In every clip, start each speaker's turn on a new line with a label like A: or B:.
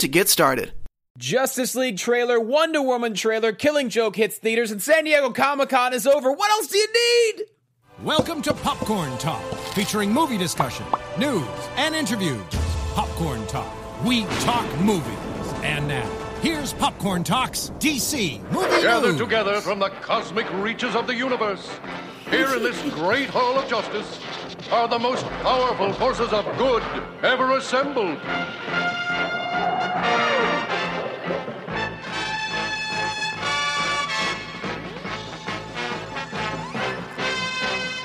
A: to get started.
B: Justice League trailer, Wonder Woman trailer, Killing Joke hits theaters, and San Diego Comic Con is over. What else do you need?
C: Welcome to Popcorn Talk, featuring movie discussion, news, and interviews. Popcorn Talk, we talk movies. And now, here's Popcorn Talks DC Movie
D: Gathered
B: Mm.
C: News.
D: together from the cosmic reaches of the universe, here in this great hall of justice, are the most powerful forces of good ever assembled.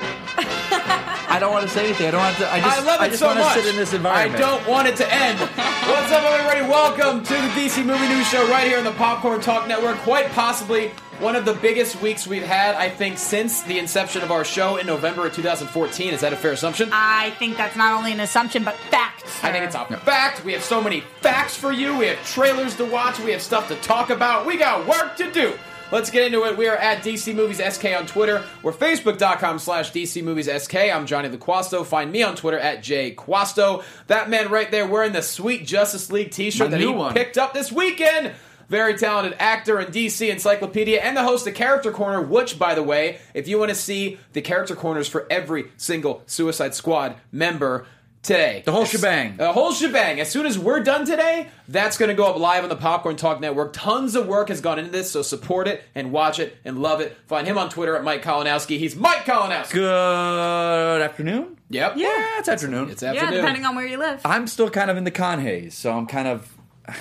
E: I don't want to say anything. I don't want to. I just,
B: I love it
E: just
B: so
E: want
B: much.
E: to sit in this environment.
B: I don't want it to end. What's up, everybody? Welcome to the DC Movie News Show right here on the Popcorn Talk Network. Quite possibly one of the biggest weeks we've had, I think, since the inception of our show in November of 2014. Is that a fair assumption?
F: I think that's not only an assumption, but fact. sir.
B: I think it's a fact. We have so many facts for you. We have trailers to watch. We have stuff to talk about. We got work to do. Let's get into it. We are at DC Movies SK on Twitter. We're facebook.com slash DC Movies SK. I'm Johnny LaQuasto. Find me on Twitter at JQuasto. That man right there wearing the sweet Justice League t shirt
E: My
B: that he
E: new one.
B: picked up this weekend. Very talented actor and DC Encyclopedia and the host of Character Corner, which, by the way, if you want to see the Character Corners for every single Suicide Squad member today,
E: The whole shebang.
B: the whole shebang. As soon as we're done today, that's going to go up live on the Popcorn Talk Network. Tons of work has gone into this, so support it and watch it and love it. Find him on Twitter at Mike Kalinowski. He's Mike Kalinowski.
E: Good afternoon.
B: Yep.
E: Yeah, it's afternoon.
B: It's
F: yeah,
B: afternoon.
F: depending on where you live.
E: I'm still kind of in the con haze, so I'm kind of.
B: Uh-huh.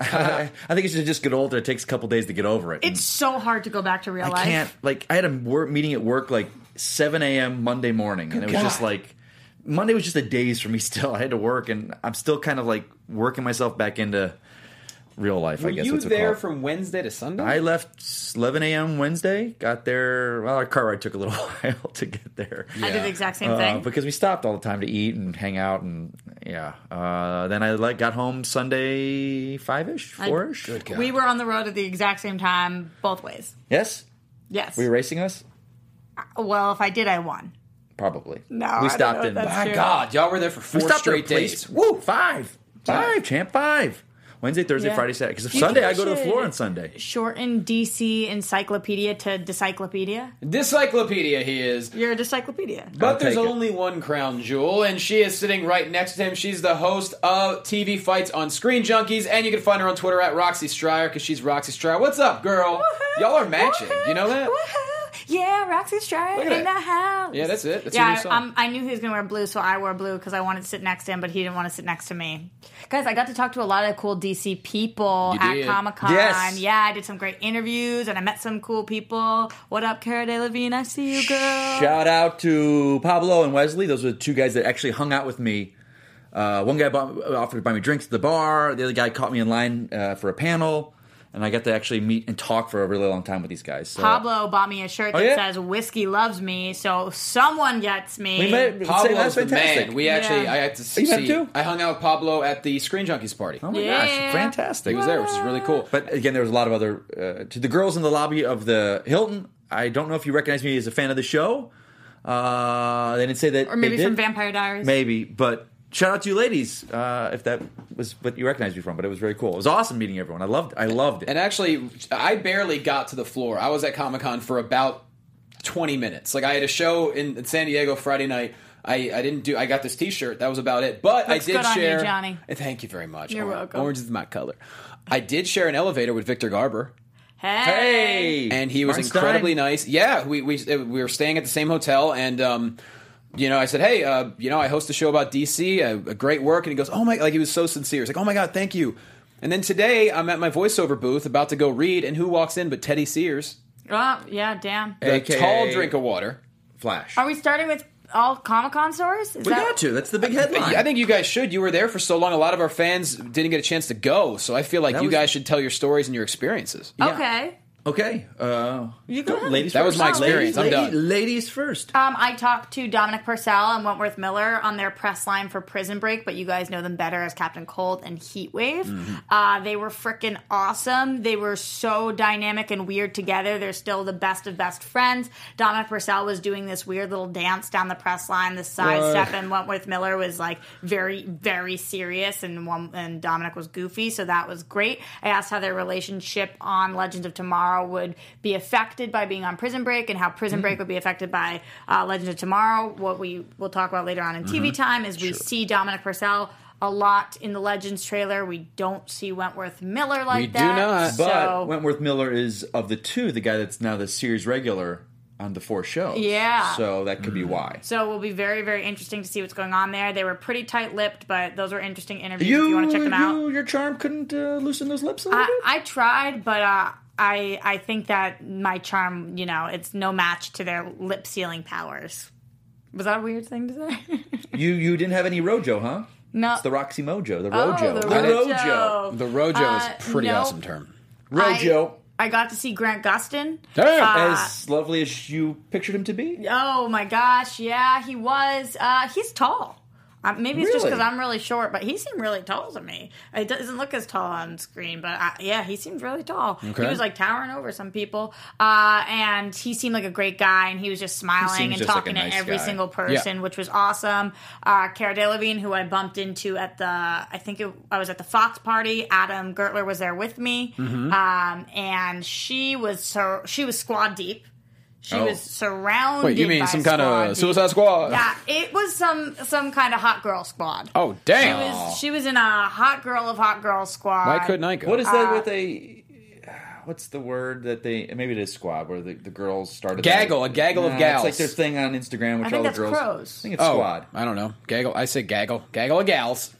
E: I think it should just get older. It takes a couple days to get over it.
F: it's so hard to go back to real
E: I
F: life.
E: can't. Like, I had a wor- meeting at work like 7 a.m. Monday morning, and it was just
B: God.
E: like Monday was just a daze for me. Still, I had to work, and I'm still kind of like working myself back into real life.
B: Were
E: I guess
B: you
E: that's what
B: there from Wednesday to Sunday?
E: I left 11 a.m. Wednesday. Got there. Well, our car ride took a little while to get there.
F: I did the exact same
E: Uh,
F: thing.
E: because we stopped all the time to eat and hang out and yeah. Uh, then I like got home Sunday five ish,
F: I-
E: four ish.
F: we were on the road at the exact same time, both ways.
E: Yes,
F: Yes.
E: were you racing us?
F: well, if I did, I won.
E: Probably.
F: No, I
E: we
F: don't
E: stopped
F: know if
E: in.
F: that's
E: My
F: true.
E: God,
B: God, y'all were there for
E: we
B: four
E: stopped
B: straight
E: at a place.
B: days.
E: Woo, five, five, champ, five. Wednesday, Thursday,
F: Yeah.
E: Friday, Saturday. Because
F: You
E: Sunday
F: think
E: I go to the
F: should
E: floor on Sunday.
F: Shorten DC Encyclopedia to Discyclopedia.
B: Discyclopedia, he is.
F: You're a Discyclopedia.
B: But
E: I'll
B: there's
E: take it.
B: only one crown jewel, and she is sitting right next to him. She's the host of TV Fights on Screen Junkies, and you can find her on Twitter at Roxy Stryer because she's Roxy Stryer. What's up, girl?
F: Woohoo!
B: Y'all are matching.
F: Woohoo!
B: You know that?
F: Woohoo! Yeah, Roxy Stryer
B: Look at
F: in
B: that.
F: the house.
B: Yeah, that's it. That's your
F: yeah,
B: new song.
F: I, um, I knew he was going to wear blue, so I wore blue because I wanted to sit next to him, but he didn't want to sit next to me. Guys, I got to talk to a lot of cool DC people
B: You did.
F: at Comic Con.
E: Yes.
F: Yeah, I did some great interviews and I met some cool people. What up, Cara Delevingne? I see you, girl.
E: Shout out to Pablo and Wesley. Those were the two guys that actually hung out with me. Uh, one guy bought, offered to buy me drinks at the bar. The other guy caught me in line uh, for a panel, and I got to actually meet and talk for a really long time with these guys. So,
F: Pablo bought me a shirt
B: Oh,
F: that
E: yeah?
F: says "Whiskey loves me," so someone gets me.
E: We met- Say,
B: Pablo's
E: that's
B: the
E: fantastic. Oh,
B: man. We actually,
F: Yeah.
B: I had to see.
E: You met too?
B: I hung out with Pablo at the Screen Junkies party.
E: oh my
F: Yeah.
E: gosh, fantastic!
B: He was there, which is really cool.
E: But again, there was a lot of other uh, to the girls in the lobby of the Hilton. I don't know if you recognize me as a fan of the show. Uh, they didn't say that,
F: or maybe
E: they
F: from
E: did.
F: Vampire Diaries.
E: Maybe, but shout out to you ladies uh, if that was what you recognized me from. But it was very cool. It was awesome meeting everyone. I loved. I loved it.
G: uh,
B: And actually, I barely got to the floor. I was at Comic Con for about 20 minutes. Like, I had a show in, in San Diego Friday night. I, I didn't do. I got this T-shirt. That was about it. But I
F: Looks
B: did
F: good on you,
B: share.
F: Johnny.
B: And Thank you very much.
F: You're
B: Orange-
F: welcome.
B: Orange is my color. I did share an elevator with Victor Garber,
F: hey.
B: and he was
E: Martin Stein.
B: incredibly nice. Yeah, we we we were staying at the same hotel, and um, you know, I said, hey, uh, you know, I host a show about DC, uh, great work, and he goes, oh my, like he was so sincere. He's like, oh my god, thank you. And then today, I'm at my voiceover booth about to go read, and who walks in but Teddy Sears,
F: Oh, yeah, damn.
B: the
E: AKA
B: tall drink of water.
E: Flash.
F: Are we starting with all Comic Con stores? Is
E: We got to. That's the big headline.
G: I think you guys should. You were there for so long. A lot of our fans didn't get a chance to go, so I feel like
E: That
G: you
E: was-
G: guys should tell your stories and your experiences.
F: Oh,
E: Yeah.
F: Okay.
E: Okay. Uh, you go. Ladies
G: That was
E: first.
G: my
E: Ladies-
G: experience. I'm
E: ladies,
G: done.
E: Ladies first.
F: Um, I talked to Dominic Purcell and Wentworth Miller on their press line for Prison Break, but you guys know them better as Captain Cold and Heat Wave.
E: Mm-hmm.
F: Uh, they were freaking awesome. They were so dynamic and weird together. They're still the best of best friends. Dominic Purcell was doing this weird little dance down the press line, the sidestep, and Wentworth Miller was like very, very serious, and one, and Dominic was goofy, so that was great. I asked how their relationship on Legends of Tomorrow would be affected by being on Prison Break, and how Prison Break would be affected by uh, Legends of Tomorrow. What we will talk about later on in TV time is we see Dominic Purcell. A lot in the Legends trailer. We don't see Wentworth Miller like
G: We do
F: that.
G: not.
E: But
F: so-
E: Wentworth Miller is of the two the guy that's now the series regular on the four shows.
F: Yeah.
E: So that could be
G: Mm.
E: why.
F: So it will be very, very interesting to see what's going on there. They were pretty tight lipped, but those were interesting interviews
E: you,
F: if you want to check them out.
E: you- your charm couldn't uh, loosen those lips a little
F: I,
E: bit.
F: I tried, but uh, I I think that my charm, you know, it's no match to their lip sealing powers. Was that a weird thing to say?
E: you you didn't have any rojo, huh?
F: No.
E: It's the Roxy Mojo, the
F: Oh,
E: rojo,
F: the
E: The
F: Rojo.
E: rojo,
G: The Rojo is
F: Uh,
G: a pretty
F: no.
G: awesome term.
E: rojo.
F: I, I got to see Grant Gustin.
G: Damn.
E: as lovely as you pictured him to be.
F: Oh my gosh, yeah, he was. Uh, he's tall. Uh, maybe it's just
E: Really?
F: because I'm really short, but he seemed really tall to me. It doesn't look as tall on screen, but I, yeah, he seemed really tall.
G: Okay.
F: He was like towering over some people, uh, and he seemed like a great guy, and he was just smiling and
E: just like a
F: talking
E: nice
F: to every
E: guy.
F: single person, which was awesome. Uh, Cara Delevingne, who I bumped into at the, I think it, I was at the Fox party. Adam Gertler was there with me,
E: Mm-hmm.
F: um, and she was so she was squad deep. She
E: Oh.
F: was surrounded.
G: Wait, you mean
F: by
G: some kind
F: squad
G: of
F: dudes.
G: Suicide Squad?
F: Yeah, it was some some kind of hot girl squad.
G: Oh
F: she
G: damn!
F: was she was in a hot girl of hot girl squad.
G: Why couldn't I go?
E: What is
F: Uh,
E: that with a? What's the word that they? Maybe it is squad where the, the girls started.
G: Gaggle, a gaggle of gals.
E: It's like their thing on Instagram, which
F: I think
E: all the
F: that's
E: girls.
F: crows.
E: I think it's
G: Oh,
E: squad.
G: I don't know. Gaggle. I say gaggle. Gaggle of gals.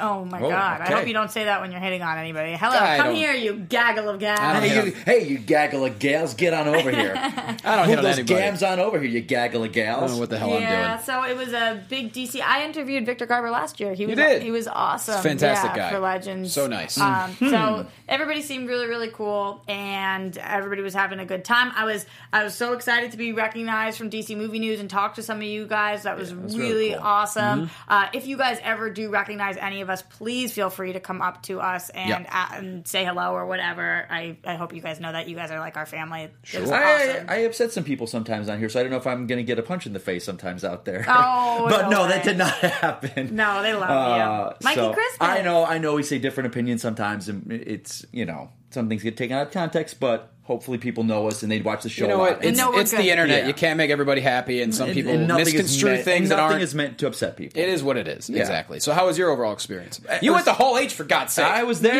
F: Oh my
E: Oh,
F: god!
E: okay.
F: I hope you don't say that when you're hitting on anybody. Hello,
G: I
F: come
G: don't-
F: here, you gaggle of
G: I
F: gals.
G: don't-
E: Hey you, hey, you gaggle of gals, get on over here.
G: I don't
E: Move
G: hit on
E: those
G: anybody.
E: gams on over here, you gaggle of
G: I don't know
E: gals.
G: what the hell I'm
F: Yeah,
G: doing.
F: so it was a big DC. I interviewed Victor Garber last year. He was
G: did.
F: he was awesome,
G: Fantastic
F: yeah,
G: guy.
F: for Legends.
G: So nice.
F: Um,
E: Mm-hmm.
F: So everybody seemed really really cool, and everybody was having a good time. I was I was so excited to be recognized from DC Movie News and talk to some of you guys. That was,
E: was
F: really,
E: really cool.
F: awesome.
G: Mm-hmm.
F: Uh, if you guys ever do recognize any of us, please feel free to come up to us and
G: Yeah.
F: uh, and say hello or whatever. I, I hope you guys know that you guys are like our family. It was
E: I,
F: awesome.
E: I upset some people sometimes on here, so I don't know if I'm going to get a punch in the face sometimes out there.
F: Oh,
E: but no,
F: no
E: that
F: way.
E: did not happen.
F: no, they love
E: Uh,
F: you, Mikey
E: so,
F: Crispin.
E: I know, I know. We say different opinions sometimes, and it's you know some things get taken out of context. But hopefully, people know us and they'd watch the show.
G: You know
E: a lot.
G: what? It's,
F: No, we're
G: it's
F: good.
G: the internet.
E: Yeah.
G: You can't make everybody happy, and some
E: And-
G: people
E: and nothing is
G: misconstrue
E: meant-
G: things
E: and
G: that
E: nothing
G: aren't.
E: is meant to upset people.
G: it is what it is.
E: Yeah. Uh,
G: Exactly. So, how was your overall experience? You
E: it
G: went
E: was-
G: the whole H for God's sake.
E: I was there.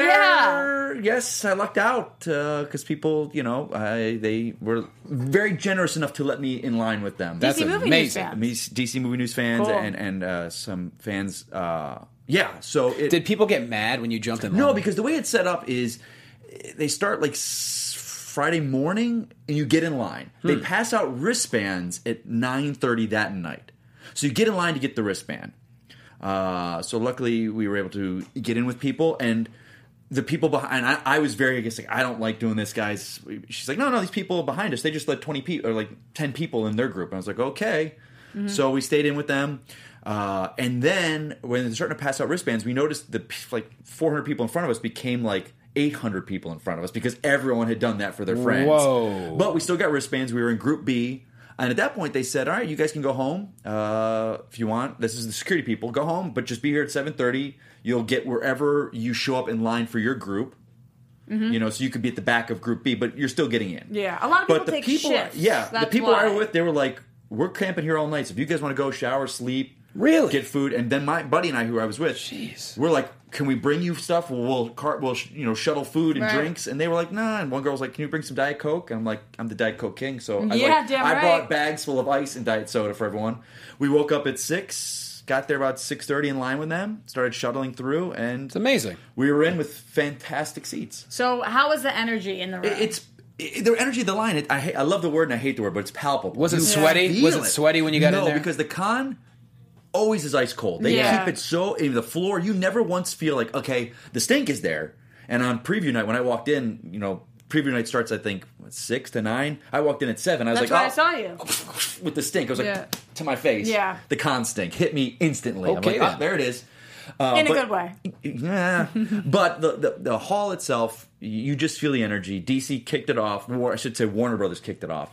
F: Yeah.
E: Yes, I lucked out because people, you know, I, they were very generous enough to let me in line with them.
G: That's
F: DC movie
G: amazing.
F: news fan.
E: me, DC movie news fans
F: Cool.
E: and and uh, some fans. Uh, yeah, so it,
G: Did people get mad when you jumped in?
E: no
G: line?
E: because the way it's set up is eh, they start like s- Friday morning and you get in line. They pass out wristbands at nine thirty that night, so you get in line to get the wristband. Uh, so luckily we were able to get in with people and. The people behind, I, I was very, I guess, like, I don't like doing this, guys. She's like, no, no, these people behind us, they just let 20 people, or like 10 people in their group. And I was like, okay. So we stayed in with them. Uh, and then when they're starting to pass out wristbands, we noticed the p- like 400 people in front of us became like 800 people in front of us because everyone had done that for their friends.
G: Whoa.
E: But we still got wristbands. We were in Group B. And at that point, they said, all right, you guys can go home uh, if you want. This is the security people. Go home, but just be here at 7.30. You'll get wherever you show up in line for your group. You know, so you could be at the back of Group B, but you're still getting in.
F: Mm-hmm. Yeah, a lot of people
E: But the
F: take
E: people,
F: shifts.
E: yeah, the
F: That's
E: people I
F: why.
E: were with, they were like, "We're camping here all night. So if you guys want to go shower, sleep,
G: Really?
E: get food." And then my buddy and I, who I was with, we're like, "Can we bring you stuff? We'll, we'll cart, we'll sh- you know shuttle food and
F: Right.
E: drinks." And they were like, "Nah." And one girl was like, "Can you bring some diet coke?" And I'm like, "I'm the diet coke king." So I,
F: Yeah,
E: like,
F: damn
E: I
F: right.
E: brought bags full of ice and diet soda for everyone. We woke up at six, got there about six thirty in line with them, started shuttling through, and
G: It's amazing.
E: we were in with fantastic seats.
F: So, how was the energy in the room?
E: It- It's i- their energy, the line. It, I hate, I love the word and I hate the word, but it's palpable.
G: Was it
E: You
G: sweaty?
E: feel
G: Was it sweaty when you got
E: no,
G: in there?
E: because the con always is ice cold. They
F: Yeah.
E: keep it so in the floor. You never once feel like okay, the stink is there. And on preview night, when I walked in, you know, preview night starts I think what, six to nine. I walked in at seven. I was
F: That's
E: like,
F: why I
E: oh,
F: saw you.
E: with the stink. I was like
F: Yeah.
E: to my face.
F: Yeah.
E: the con stink hit me instantly. I'm
G: Okay,
E: like, ah,
G: then.
E: there it is.
F: In a
E: oh, but-
F: good way.
E: Yeah, but the, the the hall itself, you just feel the energy. DC kicked it off. War, I should say Warner Brothers kicked it off.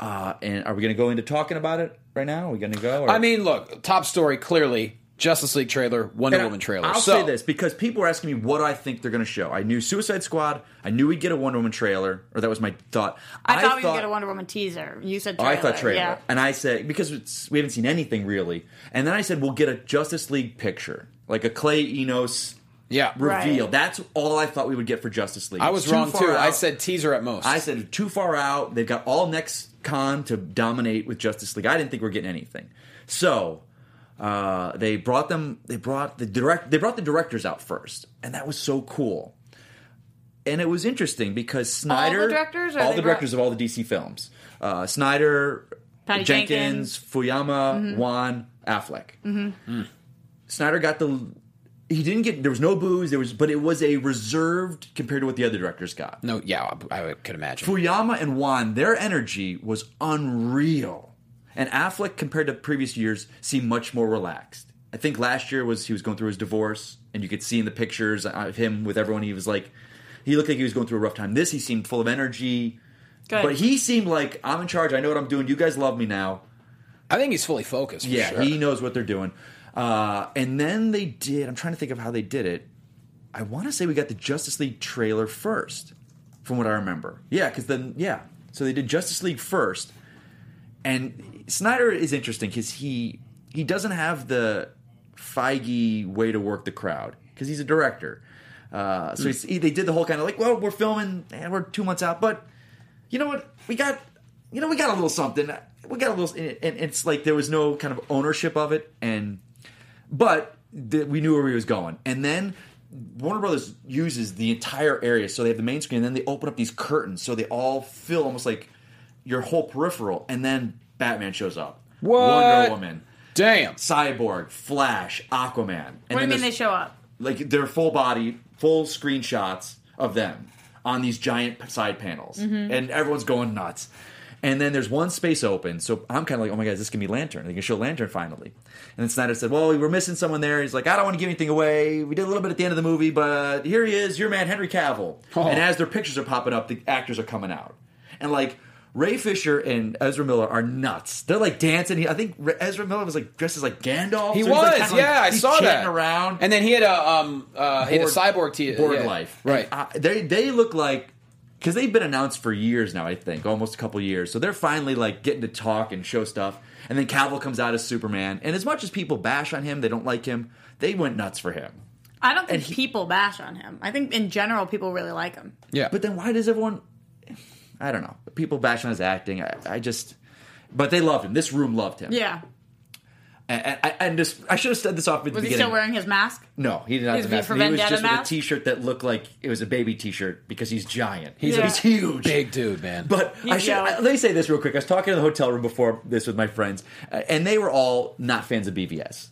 E: Uh, and are we going to go into talking about it right now? Are we going to go? or-
G: I mean, look, top story clearly Justice League trailer, Wonder
E: And I-
G: Woman trailer.
E: I'll
G: so,
E: say this because people were asking me what I think they're going to show. I knew Suicide Squad. I knew we'd get a Wonder Woman trailer, or that was my thought.
F: I thought we would get a Wonder Woman teaser. You said
E: Oh,
F: trailer.
E: I thought trailer,
F: Yeah.
E: and I said because it's, we haven't seen anything really, and then I said we'll get a Justice League picture, like a Clay Enos
G: yeah.
E: reveal.
F: Right.
E: That's all I thought we would get for Justice League.
G: I was
E: It's
G: wrong
E: far
G: too. I
E: out.
G: said teaser at most.
E: I said too far out. They've got all next con to dominate with Justice League. I didn't think we are getting anything. So uh, they brought them. They brought the direct. They brought the directors out first, and that was so cool. And it was interesting because Snyder,
F: directors, or
E: all
F: they
E: the
F: brought-
E: directors of all the DC films, uh, Snyder,
F: Patty Mm-hmm.
E: Jenkins, Fuyama, Wan, Affleck. Snyder got the. He didn't get. There was no booze. There was, but it was a reserved compared to what the other directors got.
G: no, yeah, I, I could imagine.
E: Fuyama and Juan, their energy was unreal. And Affleck, compared to previous years, seemed much more relaxed. I think last year was he was going through his divorce, and you could see in the pictures of him with everyone. He was like, he looked like he was going through a rough time. This, he seemed full of energy.
F: Good.
E: But he seemed like I'm in charge. I know what I'm doing. You guys love me now.
G: I think he's fully focused. For
E: Yeah,
G: sure.
E: he knows what they're doing. Uh, and then they did. I'm trying to think of how they did it. I want to say we got the Justice League trailer first, from what I remember. Yeah, because then yeah, so they did Justice League first, and Snyder is interesting because he he doesn't have the Feige way to work the crowd because he's a director. Uh,
G: Hmm.
E: so he's, he, they did the whole kind of like, well, we're filming and we're two months out, but you know what? We got, you know, we got a little something. We got a little, and, and it's like there was no kind of ownership of it, and but th- we knew where he was going. And then Warner Brothers uses the entire area, so they have the main screen, and then they open up these curtains, so they all fill almost like your whole peripheral. And then Batman shows up,
G: What?
E: Wonder Woman,
G: Damn.
E: Cyborg, Flash, Aquaman.
F: what
E: And
F: do you
E: then
F: mean they
E: there's-
F: show up?
E: like their full body, full screenshots of them on these giant p- side panels,
G: Mm-hmm.
E: and everyone's going nuts. And then there's one space open, so I'm kind of like, oh my god, is this can be Lantern. They can show Lantern finally. And then Snyder said, well, we were missing someone there. He's like, I don't want to give anything away. We did a little bit at the end of the movie, but here he is, your man Henry Cavill.
G: Oh.
E: And as their pictures are popping up, the actors are coming out, and like. Ray Fisher and Ezra Miller are nuts. They're like dancing. He- I think Re- Ezra Miller was like dressed as like Gandalf.
G: He
E: So he's, like,
G: was,
E: kinda, like,
G: yeah, I
E: he's
G: saw that.
E: chanting around,
G: and then he had a um, uh, he had a
E: Board-
G: cyborg t-
E: board
G: yeah.
E: life,
G: right?
E: And, uh, they they look like because they've been announced for years now. I think almost a couple years, so they're finally like getting to talk and show stuff. And then Cavill comes out as Superman, and as much as people bash on him, they don't like him. They went nuts for him.
F: I don't think
E: he-
F: people bash on him. I think in general people really like him.
G: yeah,
E: But then why does everyone? I don't know. People bash on his acting. I, I just. But they loved him. This room loved him.
F: Yeah.
E: And, and, and just, I should have said this off at the
F: Was he
E: beginning.
F: still wearing his mask?
E: No, he did not.
F: His
E: have a
F: V
E: mask.
F: for
E: He was
F: Vendetta
E: just with a
F: mask?
E: T-shirt that looked like it was a baby T-shirt because he's giant. He's,
F: Yeah.
E: he's huge,
G: big dude, man.
E: But I should,
F: jealous.
E: let me say this real quick. I was talking in the hotel room before this with my friends, uh, and they were all not fans of BVS.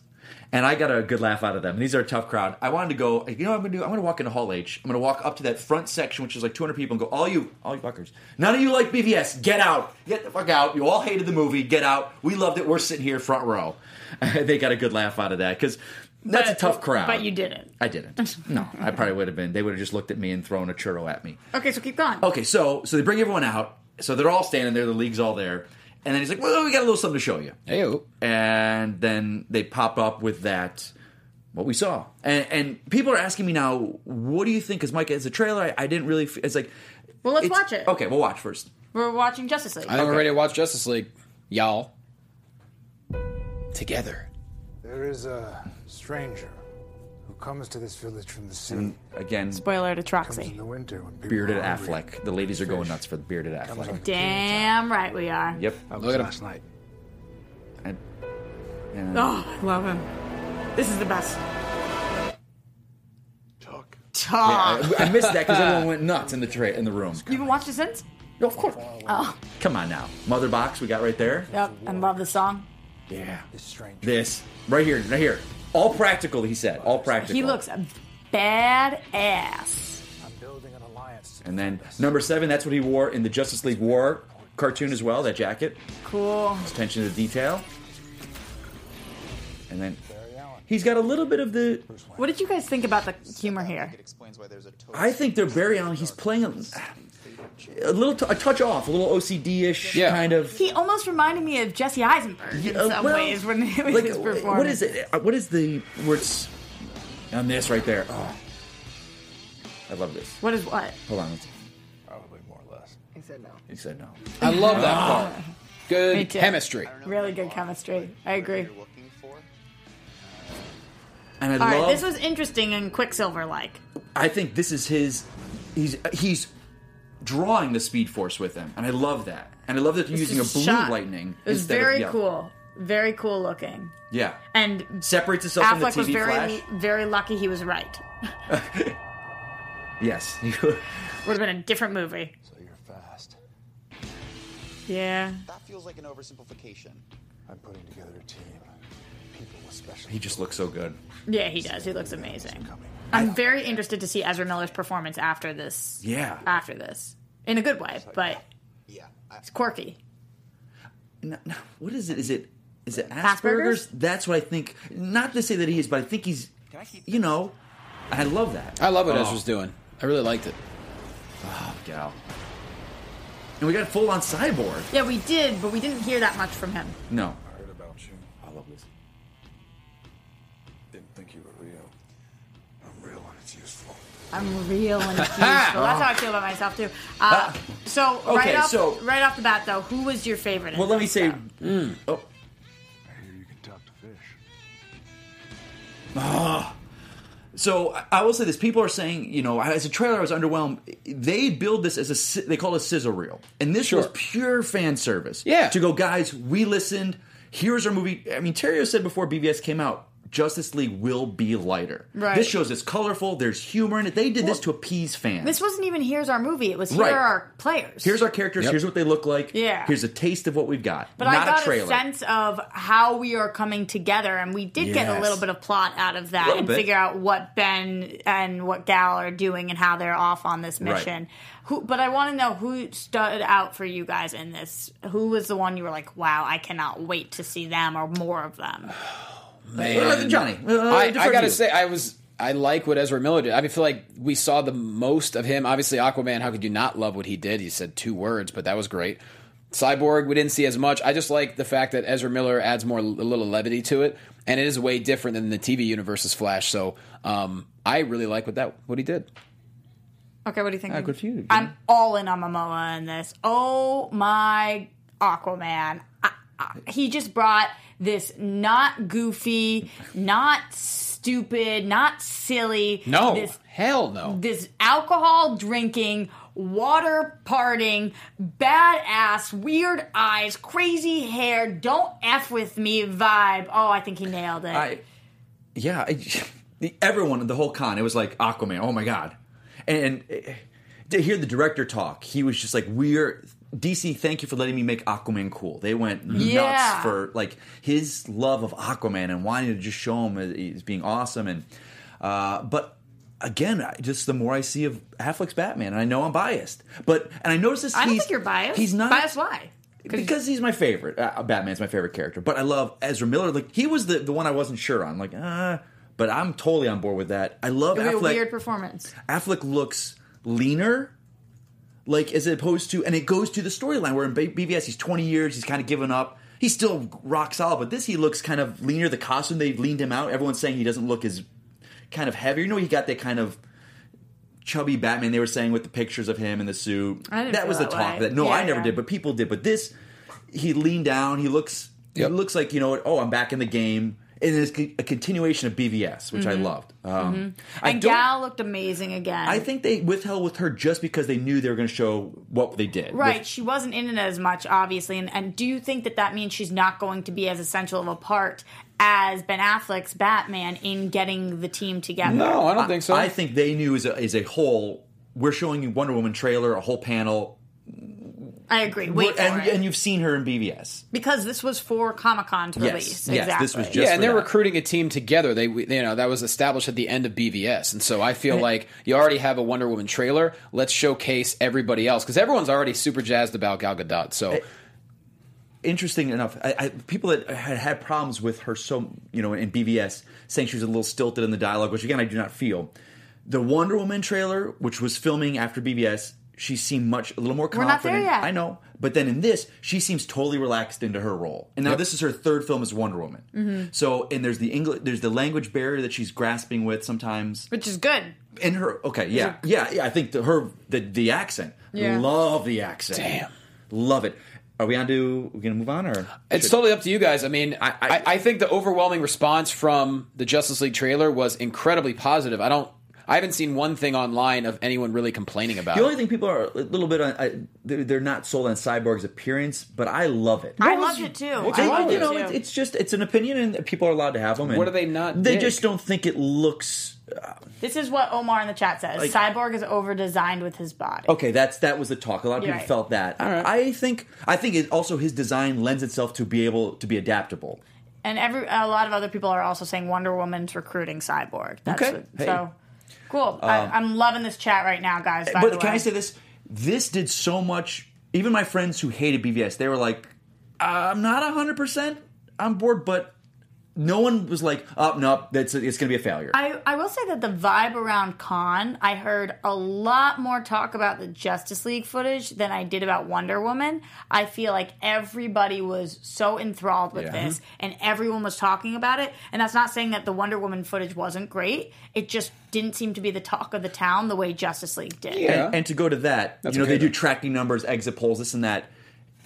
E: And I got a good laugh out of them. And these are a tough crowd. I wanted to go. You know what I'm gonna do? I'm gonna walk into Hall H. I'm gonna walk up to that front section, which is like 200 people, and go, "All you, all you fuckers! None of you like BVS. Get out! Get the fuck out! You all hated the movie. Get out! We loved it. We're sitting here front row." they got a good laugh out of that because that's a
F: But-
E: tough crowd.
F: But you didn't.
E: I didn't. No, I probably would have been. They would have just looked at me and thrown a churro at me.
F: Okay, so keep going.
E: Okay, so so they bring everyone out. So they're all standing there. The league's all there. And then he's like, "Well, we got a little something to show you."
G: Ayo.
E: And then they pop up with that what we saw. And, and people are asking me now, "What do you think?" Because Mike, as a trailer, I, I didn't really. F- it's like,
F: Well, let's
E: it's-
F: watch it.
E: Okay, we'll watch first.
F: We're watching Justice League.
G: I think we're ready to watch Justice League, y'all, together.
H: There is a stranger who comes to this village from the sea.
E: Again,
F: Spoiler to
H: Comes in
F: Troxy.
H: the winter when people
E: Mm. bearded
H: are hungry.
E: Affleck. The ladies are going nuts for the bearded
H: Comes
E: Affleck.
H: like a
F: Damn right we are.
E: Yep.
H: That
G: Look
H: was
G: at him.
H: last night.
E: And- and-
F: Oh, I love him. This is the best.
H: Talk.
F: Talk.
E: I, I missed that because everyone went nuts in the tra- in the room.
F: You have watched it since?
E: No, of course.
F: Oh,
E: Come on now. Mother box we got right there.
F: yep. I love the song.
E: Yeah.
H: This stranger.
E: This. Right here. Right here. All practical, he said. All practical.
F: He looks bad ass.
H: I'm building an alliance. to
E: And then
H: defend us.
E: number seven, that's what he wore in the Justice League War cartoon as well, that jacket.
F: Cool.
E: Attention to detail. And then
H: Barry Allen.
E: he's got a little bit of the.
F: What did you guys think about the humor here?
E: I think they're Barry Allen. He's playing a, a little, t- a touch off, a little OCD ish
G: Yeah.
E: kind of.
F: He almost reminded me of Jesse Eisenberg in
E: Uh,
F: some
E: well,
F: ways when he was
E: like,
F: his
E: what is
F: performance.
E: it? Uh, What is the where it's on this right there? Oh, I love this.
F: What is what?
E: Hold on, let's-
G: Probably more or less.
F: He said no.
E: he said no.
G: I love that
E: Ah.
G: part.
F: Me
G: Good
F: too.
G: chemistry.
F: Really good chemistry. I agree.
E: And I
F: All right,
E: love.
F: this was interesting and Quicksilver like.
E: I think this is his. He's he's drawing the Speed Force with him, and I love that. And I love that they're using a blue lightning.
F: It was
E: instead of-
F: very
E: yeah.
F: cool. Very cool looking.
E: Yeah,
F: And
E: separates itself from the
F: Affleck
E: TV
F: was very
E: flash.
F: very lucky he was right.
E: Yes,
F: Would have been a different movie.
H: So you're fast.
F: Yeah.
I: That feels like an oversimplification.
H: I'm putting together a team. People with special.
E: he just looks so good.
F: Yeah, he does. He looks amazing.
H: coming.
F: I'm very interested to see Ezra Miller's performance after this.
E: Yeah.
F: After this. In a good way, but
I: Yeah. I,
F: it's quirky.
E: No, no, what is it? Is it is it
F: Asperger's?
E: Asperger's? That's what I think. Not to say that he is, but I think he's. You know, I love that.
G: I love what
E: Oh,
G: Ezra's doing. I really liked it.
E: Gal. And we got full on cyborg.
F: Yeah, we did, but we didn't hear that much from him.
E: No,
J: I heard about you.
E: I love this.
J: Didn't think you were real. I'm real when it's useful.
F: I'm real and it's useful. That's how I feel about myself too. Uh, so right
E: Ah. Okay,
F: off
E: so-
F: right off the bat though, who was your favorite? in
E: Well, let me
F: this,
E: say.
F: though?
E: Oh,
H: I hear you can talk to fish.
E: So I- I will say this: people are saying, you know, as a trailer, I was underwhelmed. They build this as a si- they call it a sizzle reel, and this was
G: Sure.
E: pure fan service.
G: Yeah.
E: to go, guys, we listened. Here's our movie. I mean, Terrio said before BVS came out, Justice League will be lighter.
F: Right.
E: This shows it's colorful. There's humor in it. They did this to appease fans.
F: This wasn't even here's our movie. It was here
E: Right.
F: are our players.
E: Here's our characters.
G: Yep.
E: Here's what they look like.
F: Yeah.
E: Here's a taste of what we've got.
F: but
E: Not
F: I got
E: a
F: a,
E: trailer.
F: sense of how we are coming together, and we did get a
E: Yes.
F: little bit of plot out of that,
E: Little
F: and
E: bit.
F: figure out what Ben and what Gal are doing, and how they're off on this
E: Right.
F: mission. Who, but I want to know who stood out for you guys in this. Who was the one you were like, "Wow, I cannot wait to see them or more of them."
E: Uh, Johnny, uh,
G: I,
E: defer to
G: I gotta
E: you.
G: say, I was I like what Ezra Miller did. I mean, feel like we saw the most of him. Obviously, Aquaman. How could you not love what he did? He said two words, but that was great. Cyborg, we didn't see as much. I just like the fact that Ezra Miller adds more a little levity to it, and it is way different than the TV universe's Flash. So, um, I really like what that what he did.
F: Okay, what do you think?
E: Ah, good for you.
F: I'm all in on Momoa in this. Oh my Aquaman. I, I, he just brought this not goofy, not stupid, not silly.
G: No,
F: This,
G: hell no.
F: this alcohol drinking, water parting, badass, weird eyes, crazy hair, don't F with me vibe. Oh, I think he nailed it.
E: I, yeah, I, the, everyone, the whole con, it was like Aquaman. Oh my god! And, and uh, to hear the director talk, he was just like, "We're DC. Thank you for letting me make Aquaman cool." They went
F: Yeah.
E: nuts for like his love of Aquaman and wanting to just show him as, as being awesome. And uh, but again, I- just the more I see of Affleck's Batman, and I know I'm biased, but and I notice this.
F: I don't
E: he's-
F: think you're biased.
E: He's not
F: Biased why?
E: because he's my favorite. Uh, Batman's my favorite character, but I love Ezra Miller. Like he was the, the one I wasn't sure on. Like, uh, but I'm totally on board with that. I love
F: It was a
E: Affleck.
F: weird performance.
E: Affleck looks leaner, like as opposed to, and it goes to the storyline where in B- BVS he's 20 years, he's kind of given up. He's still rock solid, but this he looks kind of leaner. The costume they've leaned him out. Everyone's saying he doesn't look as kind of heavier. You know, he got that kind of chubby Batman they were saying with the pictures of him in the suit.
F: I didn't
E: that
F: feel
E: was
F: that
E: the talk.
F: way.
E: That no,
F: Yeah,
E: I never
F: yeah.
E: did, but people did. But this, he leaned down. He looks.
G: Yep.
E: He looks like you know. Oh, I'm back in the game. And it's a continuation of BVS, which I loved. Um, I
F: Mm-hmm. And
E: don't-
F: Gal looked amazing again.
E: I think they withheld with her just because they knew they were going to show what they did.
F: Right,
E: With-
F: she wasn't in it as much, obviously. And, and do you think that that means she's not going to be as essential of a part as Ben Affleck's Batman in getting the team together?
G: No, I don't think so.
E: I think they knew as a, as a whole. We're showing you Wonder Woman trailer, a whole panel.
F: I agree. Wait for
E: and,
F: it.
E: and you've seen her in BVS.
F: because this was for Comic Con to
E: Yes,
F: release.
E: yes,
F: exactly.
E: this was just-
B: yeah, and
E: for
B: they're
E: that.
B: recruiting a team together. They, we- you know, that was established at the end of BVS, and so I feel like you already have a Wonder Woman trailer. Let's showcase everybody else because everyone's already super jazzed about Gal Gadot. So
E: Interesting enough, I, I, people that had had problems with her so you know in BVS saying she was a little stilted in the dialogue, which again I do not feel. The Wonder Woman trailer, which was filming after BVS, she seemed much a little more
F: We're
E: confident.
F: not there yet.
E: I know, but then in this, she seems totally relaxed into her role. And now this is her third film as Wonder Woman.
F: Mm-hmm.
E: So and there's the English, there's the language barrier that she's grasping with sometimes.
F: which is good.
E: in her okay yeah yeah yeah i think the, her the, the accent
F: Yeah.
E: love the accent
B: Damn.
E: love it are we on to we gonna move on or
B: It's
E: should-
B: totally up to you guys. I mean, I,
E: I-
B: I, I think the overwhelming response from the Justice League trailer was incredibly positive. I don't, I haven't seen one thing online of anyone really complaining about.
E: the only
B: it.
E: thing people are a little bit on I, they're, they're not sold on cyborg's appearance but i love it
F: I loved it too.
E: They-
F: I loved
E: you
F: it
E: know
F: too.
E: it's, it's just it's an opinion and people are allowed to have them and
B: What do they not
E: they
B: dig?
E: just don't think it looks
F: This is what Omar in the chat says.
E: Like-
F: Cyborg is over designed with his body.
E: okay that's that was the talk a lot of
F: You're
E: people
F: right.
E: felt that i think i think it also his design lends itself to be able to be adaptable
F: And every a lot of other people are also saying Wonder Woman's recruiting Cyborg. That's
E: Okay.
F: what,
E: Hey.
F: so cool. I, I'm loving this chat right now, guys. By
E: but
F: the way.
E: can I say this? This did so much. Even my friends who hated BVS, they were like, "I'm not 100 percent on board," but no one was like, "Up, oh, no, that's it's going to be a failure."
F: I, I will say that the vibe around con, I heard a lot more talk about the Justice League footage than I did about Wonder Woman. I feel like everybody was so enthralled with
E: Yeah.
F: this and everyone was talking about it. And that's not saying that the Wonder Woman footage wasn't great. It just didn't seem to be the talk of the town the way Justice League did.
B: Yeah.
E: and, and to go to that, you know,
B: okay,
E: they do
B: though.
E: tracking numbers, exit polls, this and that,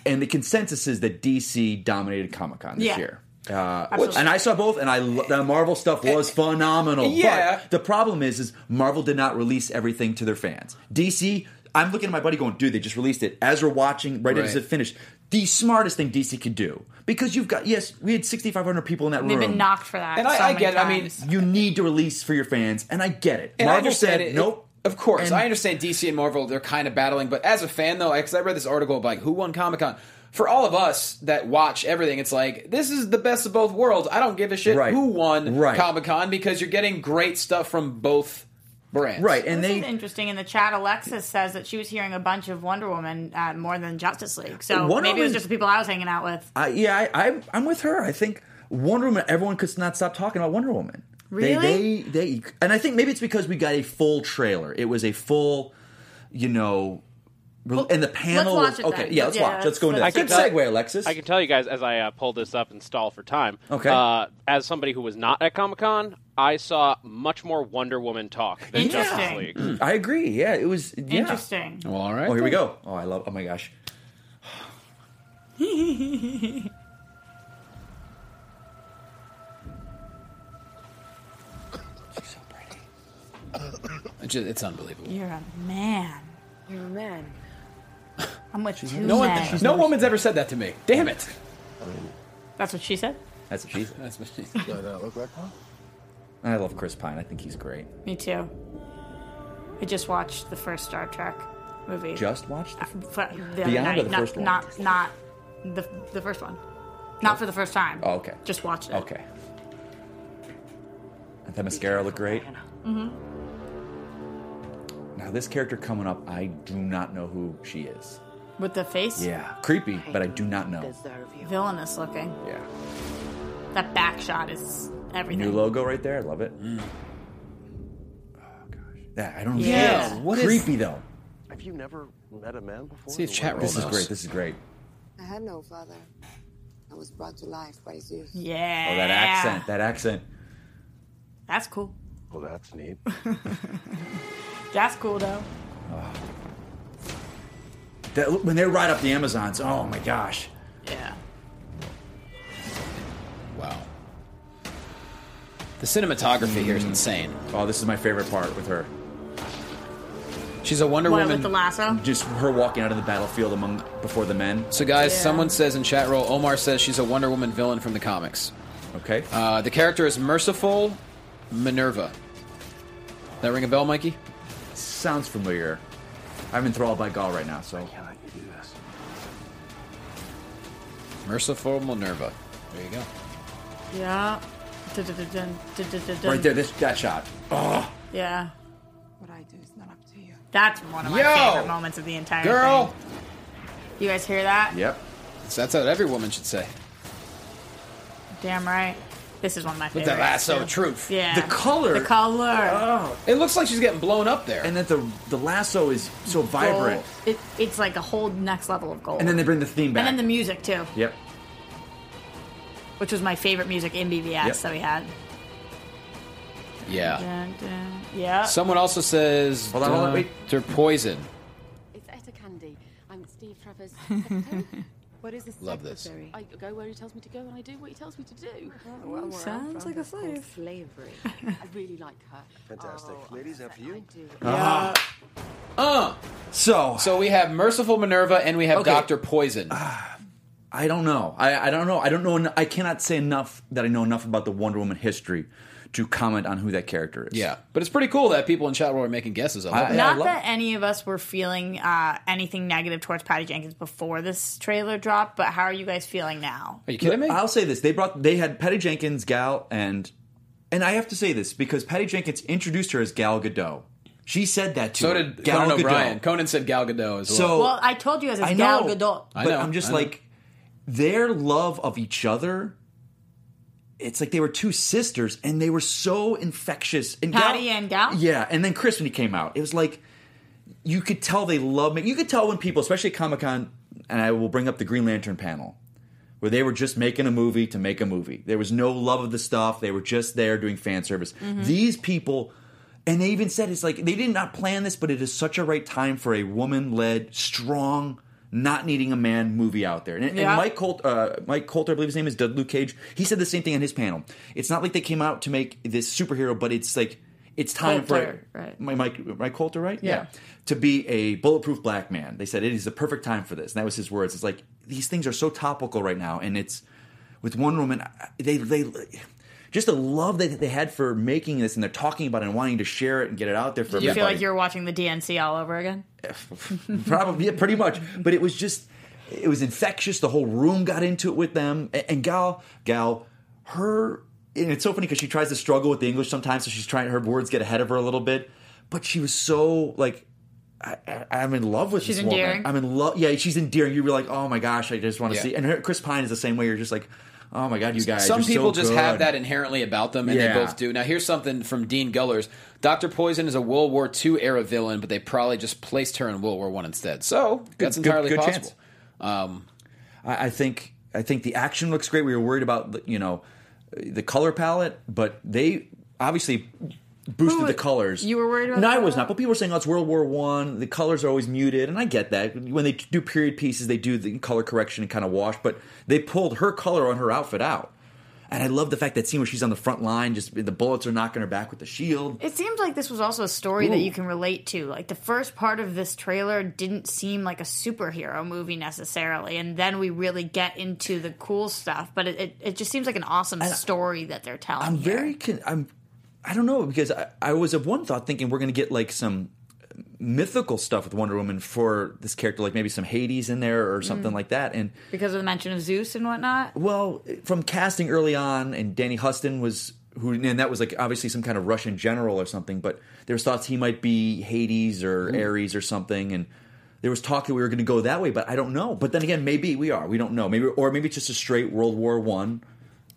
E: and the consensus is that DC dominated Comic Con this
F: Yeah.
E: year. Uh,
F: Absolutely.
E: and I saw both, and I lo- the Marvel stuff was phenomenal.
B: Eh, Yeah.
E: But the problem is, is Marvel did not release everything to their fans. DC, I'm looking at my buddy going, dude, they just released it. As we're watching, right, as
B: Right.
E: it finished, the smartest thing DC could do because you've got yes, we had 6,500 people in that
F: They've
E: room.
F: been knocked for that.
B: And I-
F: so
B: I
F: many
B: get it. I mean,
F: times.
E: You need to release for your fans, and I get it.
B: And I
E: Marvel
B: understand
E: said,
B: it-
E: nope.
B: Of course,
E: And-
B: I understand DC and Marvel; they're kind of battling. But as a fan, though, because I read this article about like, who won Comic Con. For all of us that watch everything, it's like this is the best of both worlds. I don't give a shit
E: Right.
B: who won
E: Right.
B: Comic Con because you're getting great stuff from both brands.
E: Right, and
F: this
E: they
F: is interesting. In the chat, Alexis says that she was hearing a bunch of Wonder Woman uh, more than Justice League. So
E: Wonder
F: maybe it was
E: Woman-
F: just the people I was hanging out with.
E: I, yeah, I, I'm I'm with her. I think Wonder Woman. Everyone could not stop talking about Wonder Woman. They-
F: Really?
E: They, they, and I think maybe it's because we got a full trailer. It was a full, you know, re- and the panel.
F: let's
E: was,
F: watch it
E: okay,
F: then.
E: yeah, let's
F: Yeah,
E: watch. Let's go into
F: let's-
E: that. Good
F: let's-
E: segue, Alexis.
K: I can tell you guys as I uh, pull this up and stall for time.
E: Okay.
K: Uh, as somebody who was not at Comic Con, I saw much more Wonder Woman talk than Justice
F: Interesting.
K: League.
E: I agree. Yeah, it was yeah.
F: Interesting.
B: Well, all right.
E: Oh, here we go. Oh, I love. Oh my gosh. She's so pretty.
B: It's, just- it's unbelievable.
F: You're a man.
D: You're a man.
F: I'm with two
B: No
F: men.
B: one, no woman's ever said that to me. Damn it.
F: That's what she said.
E: That's what she said.
B: That's what she
L: Does that look like one?
E: I love Chris Pine. I think he's great.
F: Me too. I just watched the first Star Trek movie.
E: Just watched. The-
F: F- the other
E: Beyond
F: night.
E: or the
F: not,
E: first one?
F: Not, not the the first one. Not for the first time.
E: Oh, okay.
F: Just watched it.
E: Okay. And that mascara look great. Now this character coming up, I do not know who she is.
F: With the face.
E: Yeah, creepy, but I do not know.
D: Deserve you.
F: Villainous looking.
E: Yeah,
F: That back shot is everything.
E: new logo right there. I love it. Oh gosh, that I don't. know.
F: Yeah.
E: It's
B: What is-
E: creepy though?
D: Have you never met a man before?
B: See if chat roll
E: This is
B: knows.
E: great. This is great.
D: I had no father. I was brought to life by Zeus.
F: Yeah.
E: Oh, that accent. That accent.
F: That's cool.
L: Well, that's neat.
F: That's cool though.
E: That when they ride up the Amazons. Oh my gosh.
F: Yeah.
B: Wow. The cinematography here is insane.
E: Oh, this is my favorite part with her.
B: She's a Wonder
F: What
B: Woman.
F: with the lasso?
E: Just her walking out of the battlefield among before the men.
B: so, guys,
F: Yeah.
B: someone says in chat roll, Omar says she's a Wonder Woman villain from the comics.
E: Okay.
B: Uh, the character is Merciful Minerva. That ring a bell, Mikey?
E: Sounds familiar. I'm enthralled by Gaul right now, so.
L: Can I do this?
G: Merciful Minerva. There you go.
F: Yeah. Dun-dun-dun-dun, dun-dun-dun-dun.
E: Right there, this that shot. Oh,
F: Yeah.
M: What I do is not up to you.
F: That's one of my
G: Yo!
F: favorite moments of the entire
G: Girl!
F: thing. You guys hear that?
E: yep.
G: That's what every woman should say.
F: Damn right. This is one of my
G: With
F: favorites.
G: the lasso
F: too.
G: of truth.
F: Yeah.
E: The color.
F: The color.
G: It looks like she's getting blown up there.
E: And that the the lasso is so vibrant.
F: Gold. It, it's like a whole next level of gold.
E: And then they bring the theme back.
F: And then the music too,
E: Yep.
F: which was my favorite music in BVS
E: Yep.
F: that we had.
G: yeah.
F: Dun, dun. Yeah.
G: Someone also says
E: Hold on, hold on,
G: uh,
E: wait.
G: they're poison.
N: It's Etta Candy. I'm Steve Travers. Secretary. Where is the
G: Love this.
N: secretary? I go where he tells me to go, and I do what he tells me to do.
M: well, where I'm
F: sounds
M: from,
F: like a
M: it's called
F: slave.
M: Slavery.
N: I really like her.
J: Fantastic. Ladies, after you.
F: Oh, Yeah.
E: Uh-huh. Uh, So,
G: So we have Merciful Minerva and we have
E: Okay. Ah.
G: Doctor Poison.
E: I don't know. I, I don't know. I don't know. en- I cannot say enough that I know enough about the Wonder Woman history to comment on who that character is.
G: yeah, but it's pretty cool that people in chat were making guesses. on
E: I-
G: it.
F: Not
E: love-
F: that any of us were feeling uh, anything negative towards Patty Jenkins before this trailer dropped, but how are you guys feeling now?
G: Are you kidding me?
E: I'll say this: they brought they had Patty Jenkins, Gal, and and I have to say this because Patty Jenkins introduced her as Gal Gadot. She said that to
G: so
E: her,
G: did
E: Gal
G: Conan
E: Gadot.
G: O'Brien. Conan said Gal Gadot as well.
E: So
F: Well, I told you guys it's
E: I
F: Gal
E: know,
F: Gadot.
E: but
G: know,
E: I'm just
G: I know.
E: like their love of each other. It's like they were two sisters, and they were so infectious. And
F: Patty and Gal?
E: yeah. And then Chris when he came out, it was like you could tell they love me. You could tell when people, especially at Comic Con, and I will bring up the Green Lantern panel. Where they were just making a movie to make a movie. There was no love of the stuff. They were just there doing fan service.
F: Mm-hmm.
E: These people and they even said it's like they did not plan this, but it is such a right time for a woman-led, strong, not needing a man movie out there. And, and
F: Yeah.
E: Mike Colt, uh, Mike Coulter, I believe his name is Doug Luke Cage. He said the same thing on his panel. It's not like they came out to make this superhero, but it's like it's time
F: Coulter,
E: for
F: right.
E: Mi- Mike Mike Coulter, right?
F: Yeah.
E: to be a bulletproof black man. They said it is the perfect time for this, and that was his words. It's like these things are so topical right now, and it's with one woman. I- They they just the love that they had for making this, and they're talking about it and wanting to share it and get it out there for
F: Do you feel
E: everybody.
F: like you're watching the DNC all over again?
E: Probably, yeah, pretty much. But it was just, it was infectious. The whole room got into it with them. A- And Gal, Gal, her, and it's so funny because she tries to struggle with the English sometimes, so she's trying, her words get ahead of her a little bit. But she was so, like, I, I, I'm in love with
F: She's
E: this
F: endearing.
E: woman. I'm in love. Yeah, she's endearing. You were like, oh my gosh, I just want to
G: Yeah.
E: see. And her, Chris Pine is the same way. You're just like, oh my God, you guys.
G: Some
E: you're so
G: people just have
E: good.
G: that inherently about them, and
E: Yeah.
G: they both do. Now, here's something from Dean Gullers: Doctor Poison is a World War II era villain, but they probably just placed her in World War One instead. So that's
E: good-
G: entirely
E: good
G: possible.
E: chance.
G: Um,
E: I, I think I think the action looks great. We were worried about the- you know the color palette, but they obviously boosted
F: Who-
E: the colors.
F: you were worried about
E: No,
F: the
E: I was
F: color?
E: not. But people were saying, "Oh, it's World War One. The colors are always muted," and I get that. When they do period pieces, they do the color correction and kind of wash. But they pulled her color on her outfit out. And I love the fact that scene where she's on the front line, just the bullets are knocking her back with the shield.
F: It seems like this was also a story that you can relate to. Like the first part of this trailer didn't seem like a superhero movie necessarily, and then we really get into the cool stuff. But it, it, it just seems like an awesome story that they're telling.
E: I'm
F: here.
E: very. Con- I'm. I don't know because I, I was of one thought thinking we're going to get like some mythical stuff with Wonder Woman for this character, like maybe some Hades in there or something like that. And
F: because of the mention of Zeus and whatnot.
E: well, from casting early on, and Danny Huston was who, and that was like obviously some kind of Russian general or something. But there was thoughts he might be Hades or Ares or something, and there was talk that we were going to go that way. But I don't know. But then again, maybe we are. We don't know. Maybe or maybe it's just a straight World War One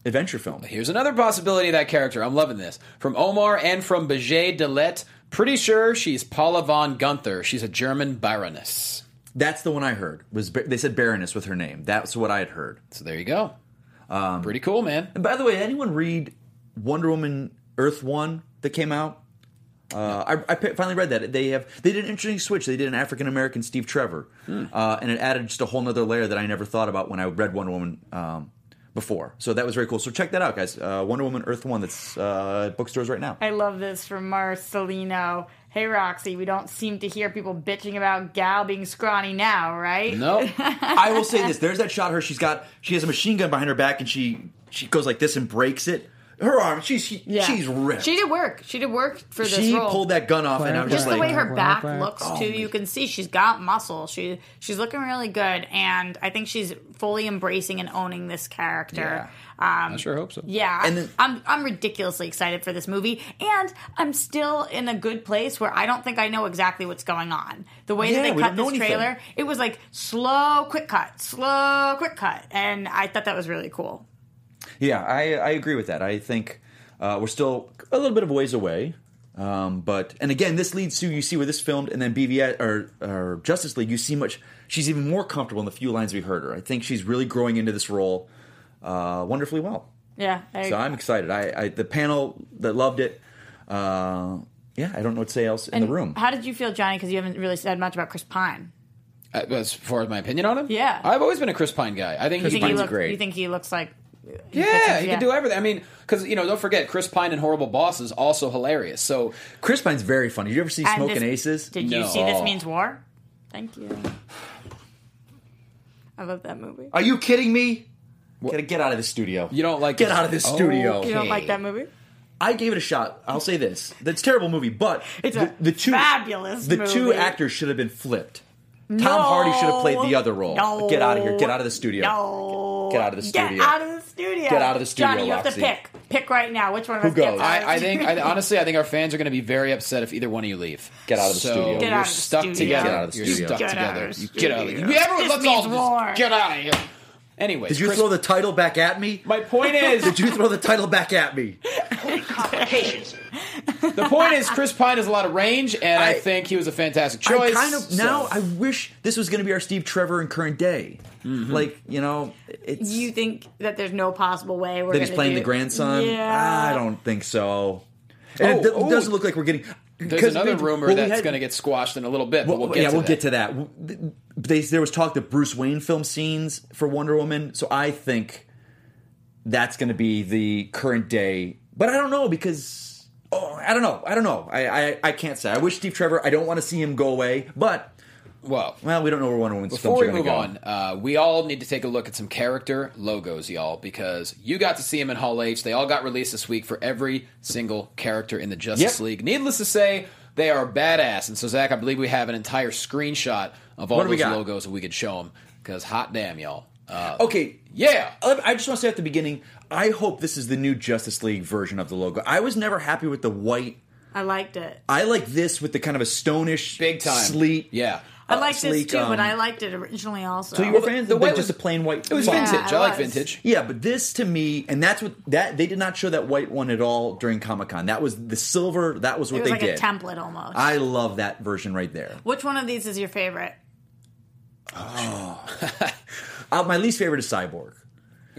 E: adventure film.
G: Here's another possibility of that character. I'm loving this. From Omar and from Bejet Delette. Pretty sure she's Paula von Gunther. She's a German baroness.
E: That's the one I heard. Was Ba- they said Baroness with her name? That's what I had heard.
G: So there you go. Pretty cool, man.
E: And by the way, anyone read Wonder Woman Earth One that came out? Uh, I, I pi- finally read that they have they did an interesting switch. They did an African American Steve Trevor, uh, and it added just a whole nother layer that I never thought about when I read Wonder Woman um, before. So that was very cool. So check that out, guys. Uh, Wonder Woman Earth One that's uh, at bookstores right now.
F: I love this from Marcelino. Hey Roxy, we don't seem to hear people bitching about Gal being scrawny now, right?
G: No.
E: I will say this: there's that shot. Her, she's got, she has a machine gun behind her back, and she she goes like this and breaks it. her arm. She's she,
F: Yeah.
E: she's ripped.
F: She did work. She did work for this
E: She
F: role.
E: pulled that gun off, and I was
F: just
E: just
F: the
E: like,
F: way her back looks
E: Oh,
F: too, you can see she's got muscle. She she's looking really good, and I think she's fully embracing and owning this character. Um,
B: I sure hope so.
F: Yeah,
B: And then-
F: I'm I'm ridiculously excited for this movie, and I'm still in a good place where I don't think I know exactly what's going on. The way
E: Yeah,
F: that they
E: we
F: cut
E: don't know
F: this
E: anything.
F: trailer, it was like slow, quick cut, slow, quick cut, and I thought that was really cool.
E: Yeah, I, I agree with that. I think uh, we're still a little bit of a ways away. Um, but and again, this leads to you see where this filmed, and then BVS or, or Justice League. You see much. She's even more comfortable in the few lines we heard her. I think she's really growing into this role uh, wonderfully well.
F: Yeah, I
E: So I'm excited. I, I the panel that loved it. Uh, yeah, I don't know what to say else in the room.
F: How did you feel, Johnny? Because you haven't really said much about Chris Pine.
B: Uh, As far as my opinion on him,
F: Yeah.
B: I've always been a Chris Pine guy. I think
F: you
B: he
F: think he
B: Pine's
F: look-
B: great.
F: You think he looks like?
B: yeah, he
F: yeah.
B: can do everything. I mean, because you know, don't forget Chris Pine and Horrible Boss is also hilarious. So
E: Chris Pine's very funny. Did you ever see
F: And this- Did you see this means war? Thank you. I love that movie.
E: Are you kidding me? Gotta get out of the studio. You
B: don't like
E: get
B: this-
E: out of the studio.
F: You don't like that movie?
E: I gave it a shot. I'll say this: that's a terrible movie, but it's the, the two
F: fabulous
E: the two
F: movie.
E: actors should have been flipped.
F: No.
E: Tom Hardy should have played the other role.
F: No.
E: Get out of here! Get out of the studio!
F: No.
E: Get out of the studio!
F: Get out of the studio.
E: Get out of the studio,
F: Johnny, you have to
E: Roxy.
F: pick. Pick right now. Which one of us gets out of the
B: I, I think I,
F: studio?
B: honestly, I think our fans are going to be very upset if either one of you leave.
E: Get out of the
B: So
E: studio. Get
B: you're
E: out of the
B: stuck
E: studio.
B: together.
E: Get out of the
B: you're
E: studio.
B: stuck
E: Get out
B: together.
E: of the
B: You get out of the.
E: studio.
B: You- Everyone,
F: This
B: let's
F: means
B: all just
F: war.
B: get out of here. Anyways,
E: Did you
B: Chris-
E: throw the title back at me?
B: My point is-
E: did you throw the title back at me?
B: the point is Chris Pine has a lot of range, and I, think he was a fantastic choice.
E: I kind of
B: so-
E: now. I wish this was going to be our Steve Trevor in current day.
B: Mm-hmm.
E: Like you know, it's
F: you think that there's no possible way we're
E: that he's
F: gonna
E: playing
F: do-
E: the grandson.
F: Yeah.
E: I don't think so.
B: Oh,
E: And it do-
B: oh.
E: doesn't look like we're getting.
B: There's
E: 'cause
B: another
E: we-
B: rumor
E: well, we
B: that's
E: had-
B: going to get squashed in a little bit, but we'll get
E: yeah,
B: to
E: we'll
B: that.
E: get to that. W- th- They, there was talk that Bruce Wayne film scenes for Wonder Woman, so I think that's going to be the current day. But I don't know because oh, I don't know. I don't know. I, I I can't say. I wish Steve Trevor. I don't want to see him go away. But
B: well,
E: well, we don't know where Wonder Woman's
B: Before we
E: films are
B: move
E: going to go.
B: on, uh, we all need to take a look at some character logos, y'all, because you got to see them in Hall H. They all got released this week for every single character in the Justice
E: Yep.
B: League. Needless to say, they are badass. And so, Zach, I believe we have an entire screenshot of all
E: What do we
B: those
E: got?
B: logos that we could show them, because hot damn, y'all. Uh,
E: Okay.
B: Yeah.
E: I I just want to say at the beginning, I hope this is the new Justice League version of the logo. I was never happy with the white.
F: I liked it.
E: I like this with the kind of a stonish, big
B: time.
E: sleek.
B: Yeah.
F: I liked
E: sleek,
F: this too, but
E: um,
F: I liked it originally also.
E: So you were fans
B: the
E: of like
B: white
E: just
B: was-
E: a plain white.
B: It was
E: font?
B: vintage.
F: Yeah,
B: I
F: it
B: like
F: was.
B: vintage.
E: Yeah, but this to me, and that's what that they did not show that white one at all during Comic Con. That was the silver. That was what
F: It was
E: they
F: like
E: did.
F: a template almost.
E: I love that version right there.
F: Which one of these is your favorite?
E: Uh, my least favorite is Cyborg,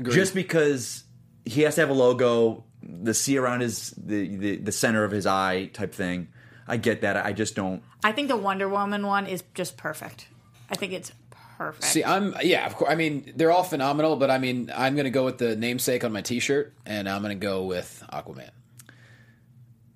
E: just because he has to have a logo, the C around his the, the the center of his eye type thing. I get that. I just don't.
F: I think the Wonder Woman one is just perfect. I think it's perfect.
B: See, I'm yeah. Of course, I mean they're all phenomenal, but I mean I'm going to go with the namesake on my T-shirt, and I'm going to go with Aquaman.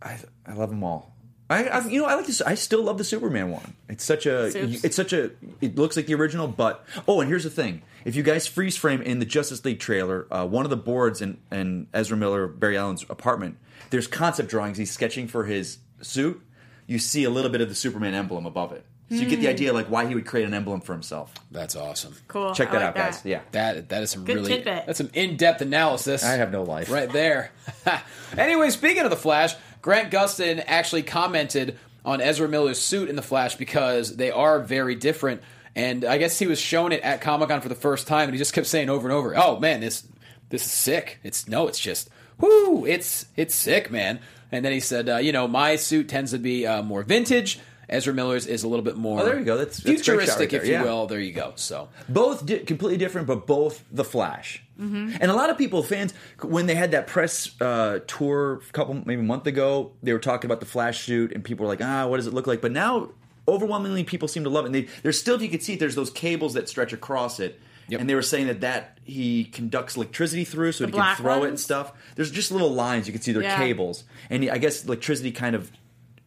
E: I I love them all. I, I you know I like this. I still love the Superman one. It's such a
F: Supes.
E: it's such a it looks like the original, but oh, and here's the thing: if you guys freeze frame in the Justice League trailer, uh, one of the boards in, in Ezra Miller Barry Allen's apartment, there's concept drawings he's sketching for his suit. You see a little bit of the Superman emblem above it, so you
F: Hmm.
E: get the idea like why he would create an emblem for himself.
B: That's awesome.
F: cool.
E: Check
F: I
E: that
F: like
E: out, guys.
F: that.
E: Yeah,
B: That that is some
F: Good
B: really
F: tidbit.
B: that's some in depth analysis.
E: I have no life.
B: right there. anyway, speaking of the Flash, Grant Gustin actually commented on Ezra Miller's suit in the Flash because they are very different. And I guess he was shown it at Comic Con for the first time, and he just kept saying over and over, "Oh man, this this is sick." It's no, it's just whoo, it's it's sick, man. And then he said, uh, "You know, my suit tends to be uh, more vintage." Ezra Miller's is a little bit more
E: Oh, there you go. That's- that's a great shot right
B: futuristic,
E: there.
B: if you
E: Yeah.
B: will. There you go. So
E: both di- completely different, but both the Flash.
F: Mm-hmm.
E: And a lot of people, fans, when they had that press uh, tour a couple, maybe a month ago, they were talking about the Flash suit, and people were like, "Ah, what does it look like?" But now, overwhelmingly, people seem to love it. And they, there's still, if you can see, it, there's those cables that stretch across it, and they were saying that that he conducts electricity through, so
F: The
E: he can
F: black
E: throw it and
F: ones?
E: stuff. There's just little lines you can see. They're
F: Yeah.
E: cables, and he- I guess electricity kind of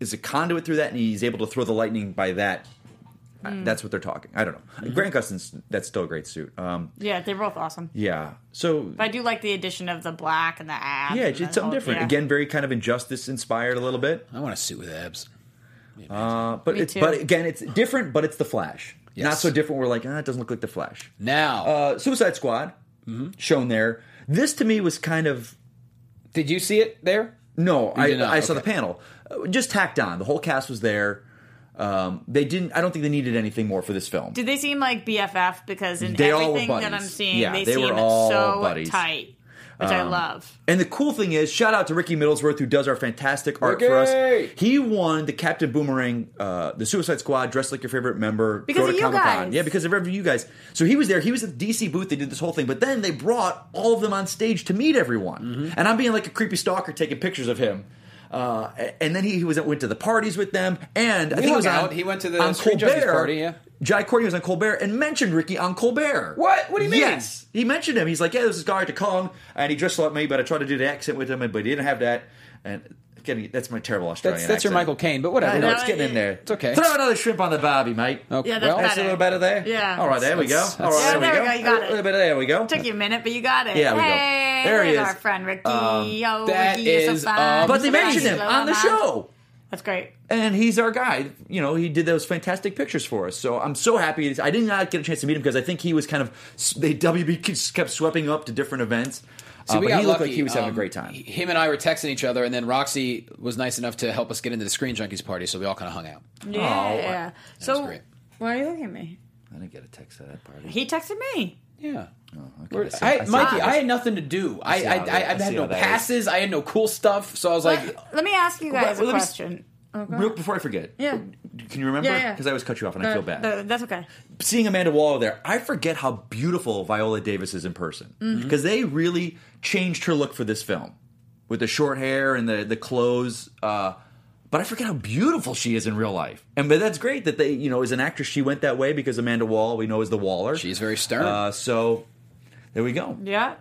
E: is a conduit through that, and he's able to throw the lightning by that I-
F: Mm.
E: that's what they're talking. I don't know.
F: Hmm.
E: Grant Gustin's that's still a great suit. Um,
F: Yeah, they're both awesome.
E: yeah. So
F: But I do like the addition of the black and the abs.
E: yeah,
F: and
E: it's
F: the
E: it's something
F: whole-
E: different.
F: yeah.
E: Again, very kind of injustice inspired a little bit. I
B: want a suit with abs.
E: Uh, but
F: Me
E: it's
F: too.
E: but again, it's different. But it's the Flash. Not
B: Yes.
E: so different. We're like, ah, it doesn't look like the Flash.
B: Now,
E: uh, Suicide Squad shown there. This to me was kind of.
G: Did you see it there?
E: No,
B: You
E: I,
B: did not,
E: I saw the
B: okay.
E: panel. Uh, Just tacked on. The whole cast was there. Um, they didn't. I don't think they needed anything more for this film.
F: Did they seem like BFF? Because in
E: They all were
F: everything that
E: buddies.
F: I'm seeing,
E: Yeah,
F: they,
E: they
F: seem
E: were all
F: so
E: buddies.
F: tight, which I
E: Um,
F: love.
E: And the cool thing is, shout out to Ricky Middlesworth who does our fantastic art for us.
F: Ricky!
E: He won the Captain Boomerang, uh, the Suicide Squad, dress like your favorite member.
F: Because
E: go
F: of
E: to
F: you
E: Comic-Con.
F: guys.
E: yeah, because of every- you guys. So he was there. He was at the DC booth. They did this whole thing, but then they brought all of them on stage to meet everyone.
G: Mm-hmm.
E: And I'm being like a creepy stalker taking pictures of him. Uh, a- and then he, he was went to the parties with them, and I
G: We
E: think it was
G: hung
E: on,
G: out. He went to the
E: on
G: street judge's
E: Colbert.
G: party, yeah.
E: Jai Courtney was on Colbert and mentioned Ricky on Colbert.
G: What? What do you mean?
E: Yes, he mentioned him. He's like, yeah, this is Guy Kong, and he dressed like me, but I tried to do the accent with him, but he didn't have that. And getting that's my terrible Australian.
G: That's- that's your
E: accent.
G: Michael Caine, but whatever.
E: I know,
G: No,
E: it's getting in there.
G: it's okay.
E: Throw another shrimp on the barbie, mate.
G: Okay.
F: Yeah, that's
E: well, that's a
F: better.
E: little better there.
F: Yeah.
E: All right, there we go.
F: That's-
E: All right,
F: Yeah,
E: there we
F: there
E: go.
F: we go. You got
E: A little bit there we go.
F: Took you a minute, but you got it.
E: Yeah, we go.
F: hey,
E: There he
F: there's
E: is.
F: our friend Ricky.
E: Um,
F: oh,
E: that
F: Ricky is,
E: is,
F: so fun.
E: um, But they
F: He's so
E: mentioned
F: nice.
E: him
F: He's
E: on the
F: so nice.
E: show.
F: That's great.
E: and he's our guy. You know, he did those fantastic pictures for us. So I'm so happy. I did not get a chance to meet him because I think he was kind of they WB kept sweeping up to different events.
B: See,
E: Uh,
B: we
E: but
B: got
E: he looked
B: lucky.
E: like he was having
B: Um,
E: a great time.
B: him and I were texting each other, and then Roxy was nice enough to help us get into the Screen Junkies party, so we all kind of hung out.
F: Yeah. so, why are you looking at me?
E: I didn't get a text at that party.
F: He texted me.
G: Yeah.
E: Okay, see-
G: I,
E: see-
G: Mikey,
E: see-
G: I had nothing to do. I
E: see
G: I, I,
E: how that- I
G: I've
E: see
G: had
E: how
G: no
E: that
G: passes. I had no cool stuff. So I was like,
F: Let me ask you guys
E: Well,
F: a
E: let me s-
F: question. Oh, go
E: Real
F: on.
E: before I forget, oh,
F: Yeah.
E: can you remember?
F: Yeah, yeah.
E: Because I always cut you off and I
F: No,
E: feel bad.
F: no, Uh, that's okay.
E: Seeing Amanda Waller there, I forget how beautiful Viola Davis is in person
F: Mhm.
E: because they really changed her look for this film with the short hair and the the clothes. Uh, but I forget how beautiful she is in real life, and but that's great that they, you know, as an actress, she went that way because Amanda Wall, we know, is the Waller. She's
B: very stern.
E: Uh, so there we go.
F: Yeah.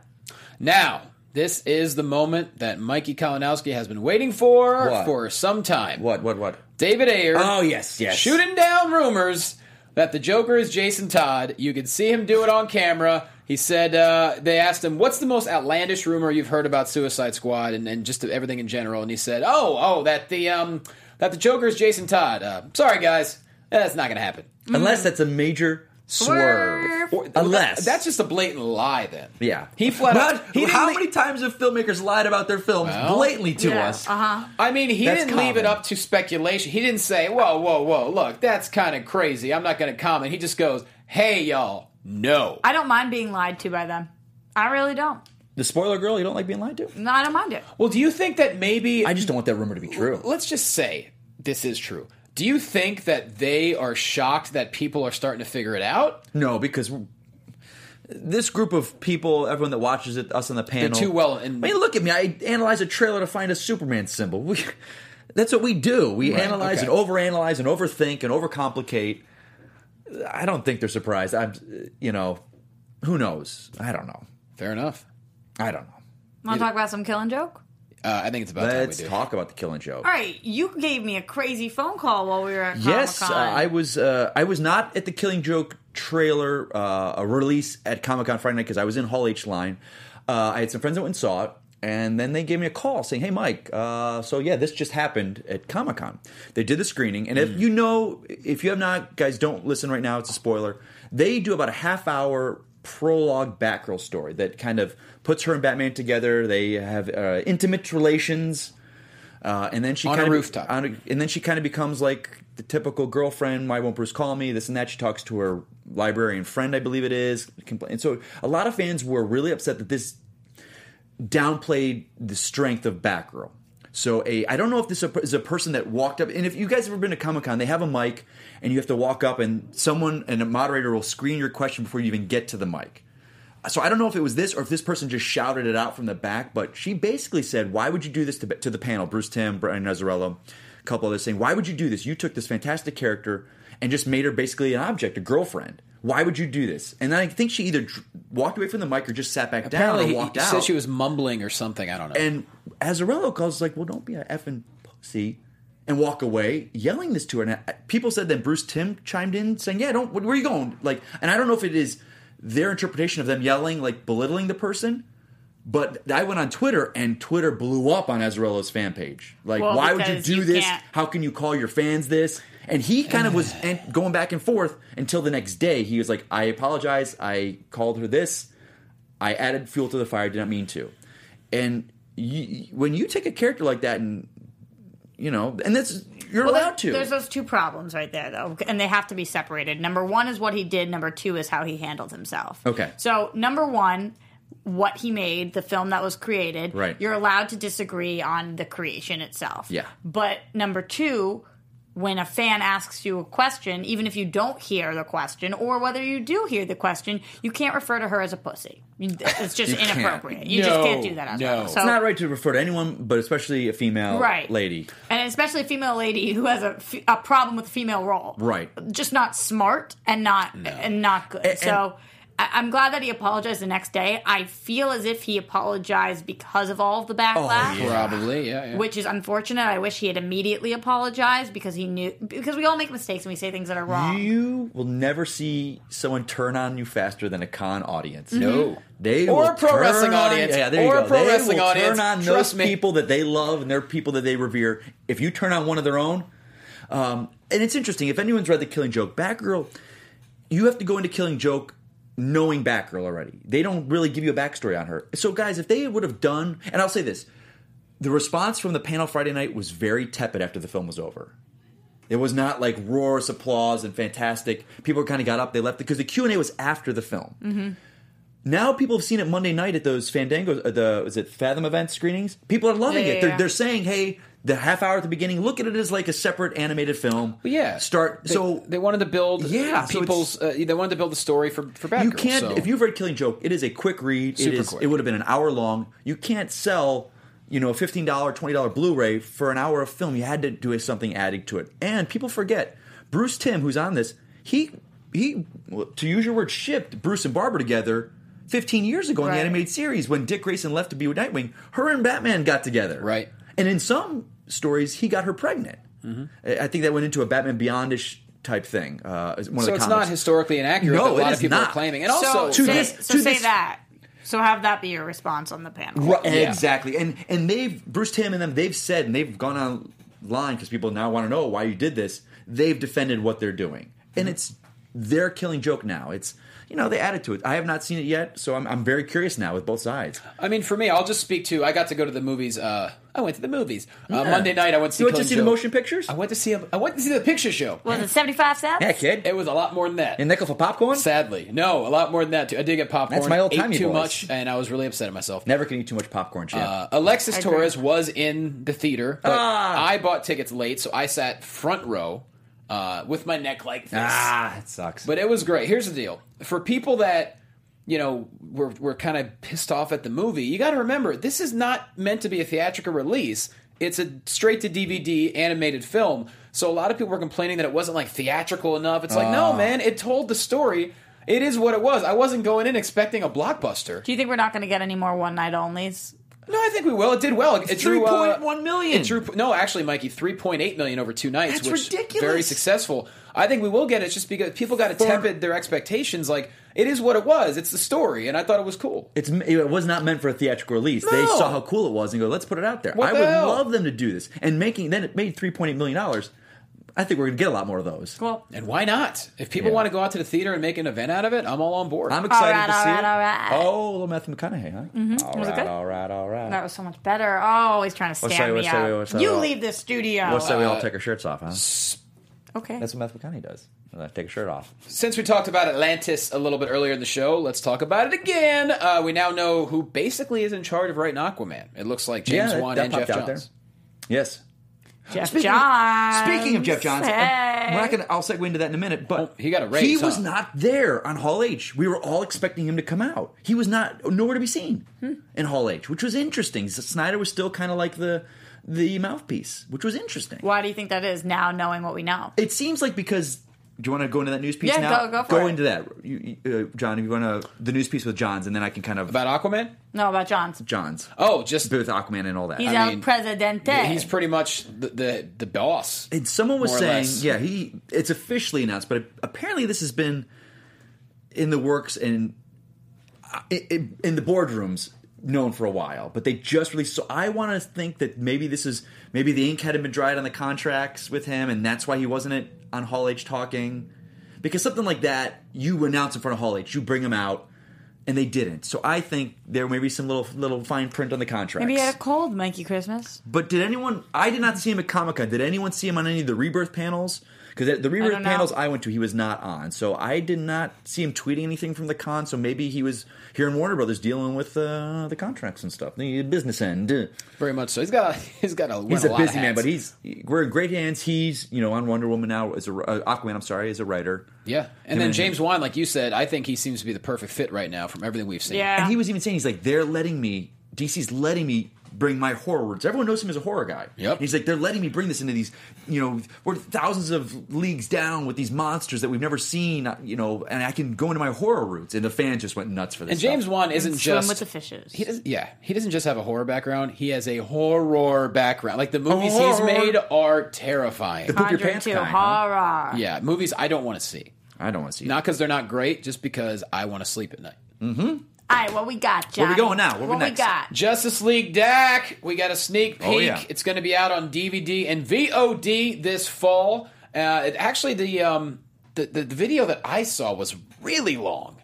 B: Now, this is the moment that Mikey Kalinowski has been waiting for
E: What?
B: for some time.
E: What? What? What?
B: David Ayer.
E: Oh, yes, yes.
B: Shooting down rumors that the Joker is Jason Todd. You can see him do it on camera. He said uh, they asked him, "What's the most outlandish rumor you've heard about Suicide Squad and, and just everything in general?" And he said, "Oh, oh, that the um, that the Joker is Jason Todd. Uh, sorry, guys, that's not gonna happen."
F: Mm.
E: Unless that's a major swerve. Unless
B: That's just a blatant lie, then.
E: Yeah.
B: He flat
E: How-
B: out. He didn't
E: how
B: leave-
E: many times have filmmakers lied about their films
B: Well,
E: blatantly to us?
F: Uh-huh.
B: I mean, he
E: That's
B: didn't leave it
E: common.
B: up to speculation. He didn't say, "Whoa, whoa, whoa! Look, that's kind of crazy. I'm not going to comment." He just goes, "Hey, y'all, no."
F: I don't mind being lied to by them. I really don't.
E: The spoiler girl, you don't like being lied to?
F: No, I don't mind it.
B: Well, do you think that maybe I
E: just don't want that rumor to be true?
B: Let's just say this is true. Do you think that they are shocked that people are starting to figure it out?
E: No, because this group of people, everyone that watches it, us on the panel,
B: too well in-
E: I mean, look at me. I analyze a trailer to find a Superman symbol. We, that's what we do. We
B: Right,
E: analyze
B: okay.
E: and overanalyze and overthink and overcomplicate. I don't think they're surprised. I'm, you know, who knows? I don't know.
B: Fair enough.
E: I don't know.
F: Want to talk about some killing joke?
B: Uh, I think it's about time we
E: Let's
B: do.
E: talk about the killing joke.
F: All right, you gave me a crazy phone call while we were at
E: Yes, uh,
F: Comic-Con.
E: I was. Uh, I was not at the Killing Joke trailer uh, a release at Comic Con Friday night because I was in Hall H line. Uh, I had some friends that went and saw it, and then they gave me a call saying, "Hey, Mike. Uh, so yeah, this just happened at Comic Con. They did the screening, and if you know, if you have not, guys, don't listen right now. It's a spoiler. They do about a half hour prologue Batgirl story that kind of puts her and Batman together. They have uh, intimate relations. Uh, and then she
B: On a
E: kind of
B: rooftop.
E: on a- and then she kind of becomes like the typical girlfriend. Why won't Bruce call me? This and that. She talks to her librarian friend, I believe it is. Compl- And so a lot of fans were really upset that this downplayed the strength of Batgirl. So a I don't know if this is a person that walked up and if you guys have ever been to Comic Con, they have a mic and you have to walk up and someone and a moderator will screen your question before you even get to the mic. So I don't know if it was this or if this person just shouted it out from the back, but she basically said, "Why would you do this to, to the panel?" Bruce Tim, Brian Nazarello, a couple others saying, "Why would you do this? You took this fantastic character and just made her basically an object, a girlfriend. Why would you do this?" And I think she either dr- walked away from the mic or just sat back
B: Apparently,
E: down
B: he,
E: or walked
B: he
E: out.
B: said she was mumbling or something. I don't know.
E: And Azarello calls like, "Well, don't be an effing pussy. and walk away yelling this to her. And I- people said that Bruce Tim chimed in saying, "Yeah, don't. Where are you going?" Like, and I don't know if it is their interpretation of them yelling, like belittling the person. But I went on Twitter, and Twitter blew up on Azarello's fan page. Like,
F: Well,
E: why would you
F: because
E: do
F: you
E: this?
F: can't.
E: How can you call your fans this? And he kind of was and going back and forth until the next day. He was like, "I apologize. I called her this. I added fuel to the fire. I Did not mean to." And you, when you take a character like that and you know, and that's you're
F: Well, there-
E: allowed to.
F: There's those two problems right there, though, and they have to be separated. Number one is what he did. Number two is how he handled himself.
E: Okay.
F: So number one, what he made, the film that was created.
E: Right.
F: You're allowed to disagree on the creation itself.
E: Yeah.
F: But number two, when a fan asks you a question, even if you don't hear the question, or whether you do hear the question, you can't refer to her as a pussy. You- It's just
E: You can't.
F: inappropriate. You just can't do that. As well.
E: It's
F: So-
E: not right to refer to anyone, but especially a female
F: Right.
E: lady.
F: and especially a female lady who has a, f- a problem with the female role.
E: Right.
F: just not smart and not and not good.
E: and-
F: so I, I'm glad that he apologized the next day. I feel as if he apologized because of all of the
E: Oh,
F: backlash.
B: Probably, yeah. yeah.
F: Which is unfortunate. I wish he had immediately apologized because he knew because we all make mistakes and we say things that are wrong.
E: You will never see someone turn on you faster than a con audience.
F: Mhm. No.
E: They
B: Or
E: will
B: a pro
E: turn
B: wrestling
E: on-
B: audience.
E: Yeah, there you
B: Or a
E: go.
B: pro
E: They
B: wrestling
E: will
B: audience.
E: Turn on
B: Trust
E: those
B: me.
E: people that they love and they're people that they revere. If you turn on one of their own, um, and it's interesting. If anyone's read the Killing Joke, Batgirl, you have to go into Killing Joke knowing Batgirl already. They don't really give you a backstory on her. So, guys, if they would have done, and I'll say this, the response from the panel Friday night was very tepid after the film was over. It was not like roars, applause, and fantastic. People kind of got up, they left because the Q and A was after the film.
C: Mm-hmm.
E: Now people have seen it Monday night at those Fandango, uh, the is it Fathom event screenings. People are loving
C: Yeah,
E: it.
C: yeah,
E: they're,
C: yeah.
E: they're saying, "Hey, the half hour at the beginning, look at it as like a separate animated film." yeah, start.
B: They-
E: so
B: they wanted to build,
E: Yeah,
B: yeah,
E: so
B: people's. uh, they wanted to build the story for for Batgirl.
E: you can't.
B: so-
E: If you've read Killing Joke, it is a quick read.
B: Super
E: it is.
B: quick.
E: It would have been an hour long. You can't sell, you know, a fifteen dollar, twenty dollar Blu-ray for an hour of film. You had to do something adding to it. And people forget Bruce Tim, who's on this. He he, to use your word, shipped Bruce and Barbara together. 15 years ago in
C: Right.
E: the animated series when Dick Grayson left to be with Nightwing, her and Batman got together. Right. And in some stories, he got her pregnant.
B: Mm-hmm.
E: I I think that went into a Batman Beyondish type thing. Uh, is one
B: so
E: of the
B: it's
E: comics.
B: not historically inaccurate.
E: No,
B: that a
E: it
B: lot
E: is
B: of people
E: not.
B: are claiming, and
E: So-
B: also
E: to
F: say,
E: this-
F: so
E: to
F: say
E: this-
F: that. So have that be your response on the panel.
E: Right, Exactly. And and they've Bruce Tim and them they've said and they've gone online because people now want to know why you did this. They've defended what they're doing, and it's their killing joke now. It's you know they added to it. I have not seen it yet, so I'm I'm very curious now with both sides.
B: I mean, for me, I'll just speak to. I got to go to the movies. Uh, I went to the movies uh,
E: Yeah.
B: Monday night. I went to see.
E: You went to
B: Killing
E: see the
B: Joke.
E: motion pictures.
B: I went to see. A, I went to see the picture show.
F: Was it 75 cents?
E: Yeah, kid.
B: It was a lot more than that.
E: A nickel for popcorn.
B: Sadly, no, a lot more than that too. I did get popcorn.
E: That's my old
B: ate
E: timey
B: too
E: boys.
B: much, and I was really upset at myself.
E: Never can eat too much popcorn, champ.
B: Uh, Alexis
E: I agree.
B: Torres was in the theater, but
E: Ah.
B: I bought tickets late, so I sat front row uh, with my neck like this.
E: Ah, it sucks.
B: But it was great. Here's the deal: for people that you know were were kind of pissed off at the movie, you got to remember this is not meant to be a theatrical release. It's a straight to DVD animated film. So a lot of people were complaining that it wasn't like theatrical enough. It's like, no,
F: Ah.
B: man, it told the story. It is what it was. I wasn't going in expecting a blockbuster.
F: Do you think we're not going to get any more one night onlys?
B: No, I think we will. It did well. It, drew uh,
E: 3.1 million.
B: It drew no, actually, Mikey, three point eight million over two nights.
E: That's
B: which
E: ridiculous.
B: Very successful. I think we will get it. It's just because people got to tepid their expectations. Like it is what it was. It's the story, and I thought it was cool.
E: It's it was not meant for a theatrical release. They
B: No.
E: saw how cool it was and go, let's put it out there.
B: What
E: I
B: the
E: would
B: hell?
E: love them to do this and making then it made three point eight million dollars. I think we're gonna get a lot more of those.
F: Well,
B: and why not? If people
E: Yeah.
B: want to go out to the theater and make an event out of it, I'm all on board.
E: I'm excited
F: All right,
E: to
F: all
E: see
F: right,
E: it.
F: all right.
E: Oh, little Matthew McConaughey, huh?
F: Mhm.
E: All
F: Was it
E: right,
F: good?
E: all right, all right.
F: That was so much better. Oh, he's trying to
E: What's
F: stand me
E: that- what's that-
F: up.
E: what's that
F: you
E: about?
F: leave the studio.
E: What's that? We all take our shirts off, huh?
F: Okay.
E: That's what Matthew McConaughey does. Uh, Take a shirt off.
B: Since we talked about Atlantis a little bit earlier in the show, let's talk about it again. Uh, we now know who basically is in charge of writing Aquaman. It looks like
E: Yeah,
B: James
E: that-
B: Wan
E: that
B: and
E: popped
B: Jeff
E: out there.
B: Johns.
E: Yes.
F: Jeff
E: Speaking
F: Johns.
E: Of, speaking of Jeff Johns, I'm not gonna, I'll segue into that in a minute. But he got a
B: raise,
E: He
B: huh?
E: was not there on Hall H. We were all expecting him to come out. He was not nowhere to be seen in Hall H, which was interesting. Snyder was still kind of like the the mouthpiece, which was interesting.
F: Why do you think that is now knowing what we know?
E: It seems like because Do you want to go into that news piece
F: Yeah,
E: now?
F: go- go for it.
E: into that, you, you- uh, John. If you want to the news piece with John's, and then I can kind of
B: about Aquaman.
F: No, about John's.
E: John's.
B: Oh, just
E: with Aquaman and all that.
F: He's El Presidente.
B: He's pretty much the the, the boss.
E: And someone was
B: more or
E: saying,
B: less.
E: yeah, he. It's officially announced, but apparently this has been in the works and uh, i- i- in the boardrooms known for a while. But they just released. So I want to think that maybe this is maybe the ink hadn't been dried on the contracts with him, and that's why he wasn't on Hall H talking. Because something like that, you announce in front of Hall H, you bring him out, and they didn't. So I think there may be some little little fine print on the contract.
F: Maybe he had a cold, Mikey Christmas.
E: But did anyone? I did not see him at Comic Con. Did anyone see him on any of the Rebirth panels? Because the Rebirth
F: know.
E: panels I went to, he was not on. So I did not see him tweeting anything from the con. So maybe he was here in Warner Brothers dealing with uh, the contracts and stuff, the business end.
B: Very much so. He's got a, he's got a wear
E: He's a,
B: a lot of
E: busy man,
B: hats.
E: but he's we're in great hands. He's you know on Wonder Woman now as a uh, Aquaman. I'm sorry, as a writer.
B: yeah. And
E: Him
B: then
E: and-
B: James Wan, like you said, I think he seems to be the perfect fit right now from everything we've seen.
E: And he was even saying, he's like, they're letting me, DC's letting me bring my horror words. Everyone knows him as a horror guy. Yep. He's like, they're letting me bring this into these, you know, we're thousands of leagues down with these monsters that we've never seen, you know, and I can go into my horror roots. And the fans just went nuts for this.
B: And James
E: stuff.
B: Wan isn't
F: Swim
B: just
F: with the fishes.
B: he doesn't yeah he doesn't just have a horror background. He has a horror background. Like the movies he's
F: horror.
B: made are terrifying.
F: Conjuring two horror.
B: Yeah, movies I don't want to see.
E: I don't want to see.
B: Not because they're not great, just because I want to sleep at night.
E: Mm-hmm.
F: All right, what we got, Johnny?
B: Where we going now? Where we
F: What we
B: next?
F: got?
B: Justice League DAC. We got a sneak peek.
E: Oh, yeah.
B: It's going to be out on DVD and VOD this fall. Uh, it, actually, the, um, the the the video that I saw was really long.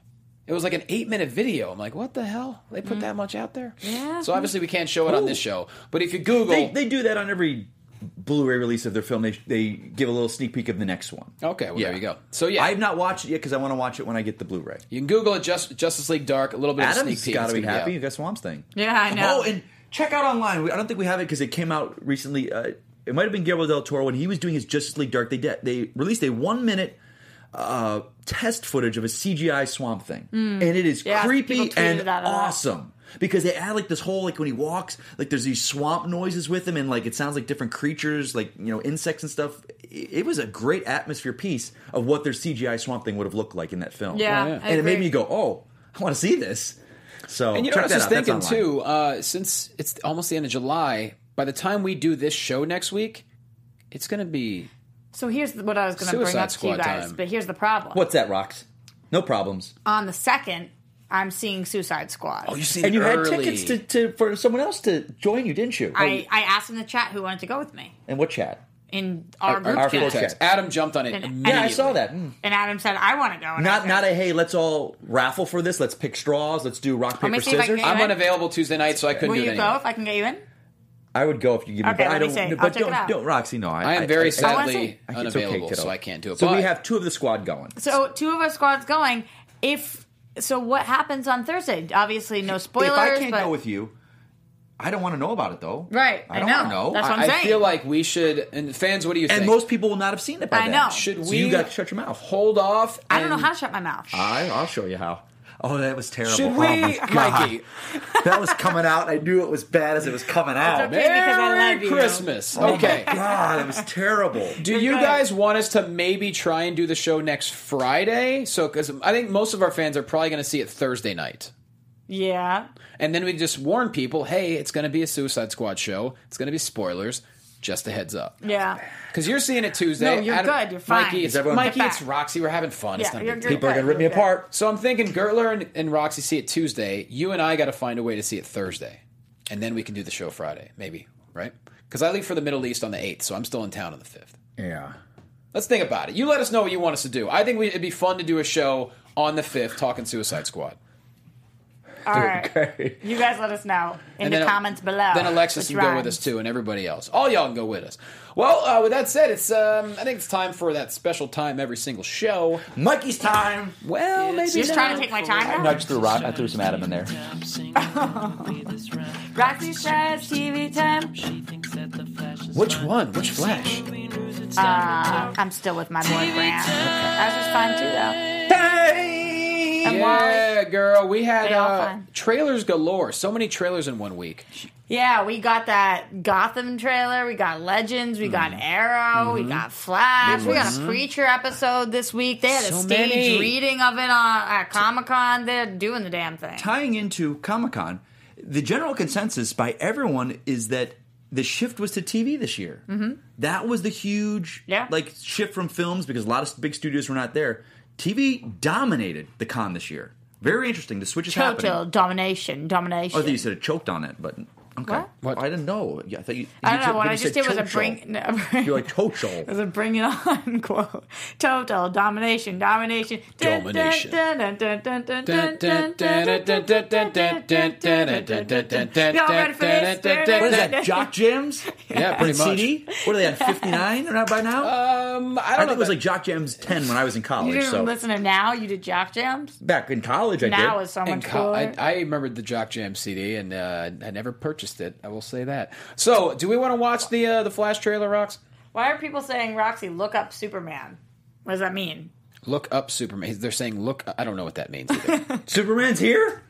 B: It was like an eight minute video. I'm like, what the hell? They
E: Mm.
B: put that much out there? Yeah. So obviously we can't show it on this show. But if you Google,
E: They, they do that on every Blu-ray release of their film. They, they give a little sneak peek of the next one.
B: okay, well there you go. So yeah,
E: I've not watched it yet because I want to watch it when I get the Blu-ray.
B: You can Google it. Just, Justice League Dark. A little bit of a sneak
E: Adam's
B: peek.
E: got
B: It's
E: to be
B: gonna
E: happy.
B: out.
E: You got Swamp Thing.
F: Yeah, I know.
E: Oh, and check out online. We- I don't think we have it because it came out recently. Uh, it might have been Guillermo del Toro when he was doing his Justice League Dark. They de- they released a one minute uh, test footage of a CGI Swamp Thing,
C: Mm.
E: and it is
C: Yeah, people
E: creepy
C: tweeted
E: and
C: that a lot.
E: awesome. Because they add like this whole like when he walks like there's these swamp noises with him and like it sounds like different creatures like you know insects and stuff. It it was a great atmosphere piece of what their CGI swamp thing would have looked like in that film.
B: Yeah, Oh, yeah. I
E: and it made
B: agree.
E: me go, oh, I want to see this. So
B: and you know
E: Oh,
B: what I
E: check
B: was
E: that
B: just
E: out. That's
B: thinking too.
E: online.
B: Uh, since it's almost the end of July, by the time we do this show next week, it's going to be
F: So here's what I was going to bring
B: Suicide
F: up to you
B: Squad
F: guys,
B: time.
F: but here's the problem.
E: What's that, Rocks? No problems.
F: On the second, I'm seeing Suicide Squad. Oh, you
E: and you had tickets to, to for someone else to join you, didn't you?
F: I, I asked in the chat who wanted to go with me
E: and what chat?
F: in our, group chat.
B: Adam jumped on
F: And-
B: it.
E: Yeah, I saw that. Mm.
F: And Adam said, "I want to go." And I
E: Not
F: said,
E: not a hey, let's all raffle for this. Let's pick straws. Let's do rock
F: Let me
E: paper
F: see if I can
E: scissors.
F: get I'm in.
B: unavailable Tuesday night, so I
F: Will you go if I can get you in?
E: I would go if you give me.
F: Okay,
E: but I
F: let me
E: don't.
F: see.
E: But
F: I'll check it
E: don't,
F: out.
E: don't, Roxy. No, I,
B: I am very
F: sadly I wanna see.
E: I- it's
B: unavailable,
E: kiddo.
B: so I can't do it,
E: So we
B: but-
E: have two of the squad going.
F: So two of our squads going. If so, what happens on Thursday? Obviously, no spoilers.
E: if I can't
F: but
E: go with you, I don't want to know about it though.
F: right, I,
E: I don't
F: know.
E: wanna know.
F: That's what
B: I-
F: I'm
B: I
F: saying.
B: feel like we should. And fans, what do you think? And most
E: people will not have seen it
F: by I then. know.
B: Should we?
E: So you gotta shut your mouth.
B: Hold off.
F: I don't know
B: and-
F: how to shut my mouth.
E: I, I'll show you how. Oh, that was terrible.
B: Should
E: Oh,
B: we-
E: my God.
B: Mikey.
E: that was coming out. I knew it was bad as it was coming out.
B: okay because I Merry love you. Christmas. Okay.
E: Oh my God, that was terrible.
B: Do you guys want us to maybe try and do the show next Friday? So, because I think most of our fans are probably going to see it Thursday night.
F: Yeah.
B: And then we just warn people hey, it's going to be a Suicide Squad show. It's going to be spoilers. Just a heads up.
F: Yeah.
B: Because you're seeing it Tuesday.
F: No, you're good. You're fine.
B: Mikey, it's,
F: Is everyone-
B: Mikey,
F: Get
B: it's
F: back.
B: Roxy. We're having fun.
F: Yeah,
B: it's not a
F: you're-
B: big
F: you're
B: deal.
F: People are good. gonna rip me You're good. apart.
B: So I'm thinking Gertler and, and Roxy see it Tuesday. You and I got to find a way to see it Thursday. And then we can do the show Friday, maybe, right? Because I leave for the Middle East on the 8th, so I'm still in town on the 5th.
E: Yeah.
B: Let's think about it. You let us know what you want us to do. I think we, it'd be fun to do a show on the 5th talking Suicide Squad.
F: All right. You guys let us know in
B: And
F: the
B: then-
F: comments below.
B: Then Alexis
F: Which
B: can go with
F: rhymes.
B: us too, and everybody else. All y'all can go with us. Well, uh, with that said, it's um, I think it's time for that special time every single show.
E: Mikey's time.
B: Well, maybe
F: She's
B: not.
F: trying to take my time
E: I
F: now.
E: nudged through Rod. I threw some Adam in there.
F: Roxy says TV time.
B: Which one? Which Flash?
F: Uh, I'm still with my boy Grant. That was just fun too, though.
E: And
F: one
B: Yeah, girl, we had
F: They all
B: uh,
F: fine.
B: trailers galore. So many trailers in one week.
F: Yeah, we got that Gotham trailer. We got Legends. We
E: Mm-hmm.
F: got Arrow. We got Flash. We got a
B: Mhm.
F: Preacher episode this week. They had a
E: So
F: stage
E: many.
F: reading of it on at Comic Con. They're doing the damn thing.
E: tying into Comic Con, the general consensus by everyone is that the shift was to TV this year.
F: Mm-hmm.
E: That was the huge like shift from films because a lot of big studios were not there. TV dominated the con this year. Very interesting. The switch is
F: Total
E: happening.
F: domination,
E: Oh, I thought
F: domination.
E: you said it choked on it, but okay.
F: What?
E: Well, I didn't know. Yeah, I thought you.
F: I
E: you
F: don't know.
E: said-
F: What
E: but
F: I
E: you
F: just
E: said
F: did was a
E: chocho.
F: bring. No,
E: You're like
F: It was
E: total.
F: a bring it on quote. Total domination, domination, Dun, dun,
E: Domination.
F: dun, dun, dun, dun, dun, dun, dun, dun.
E: What is that? Jock Jams?
B: Yeah, pretty much.
E: CD? What are they at? Fifty nine or not by now? Um, I don't think it was like Jock Jams ten when I was in
F: You
E: college.
F: didn't
E: so
F: listen to now. You did jock jams.
E: back in college, I
F: Now
E: did.
F: is so much
B: And co- I,
F: cooler.
B: I remembered the Jock Jam CD, and uh, I never purchased it. I will say that. So, do we want to watch the uh, the Flash trailer, Rocks?
F: Why are people saying Roxy look up Superman? What does that mean?
B: Look up Superman. They're saying look. I don't know what that means. Either.
E: Superman's here.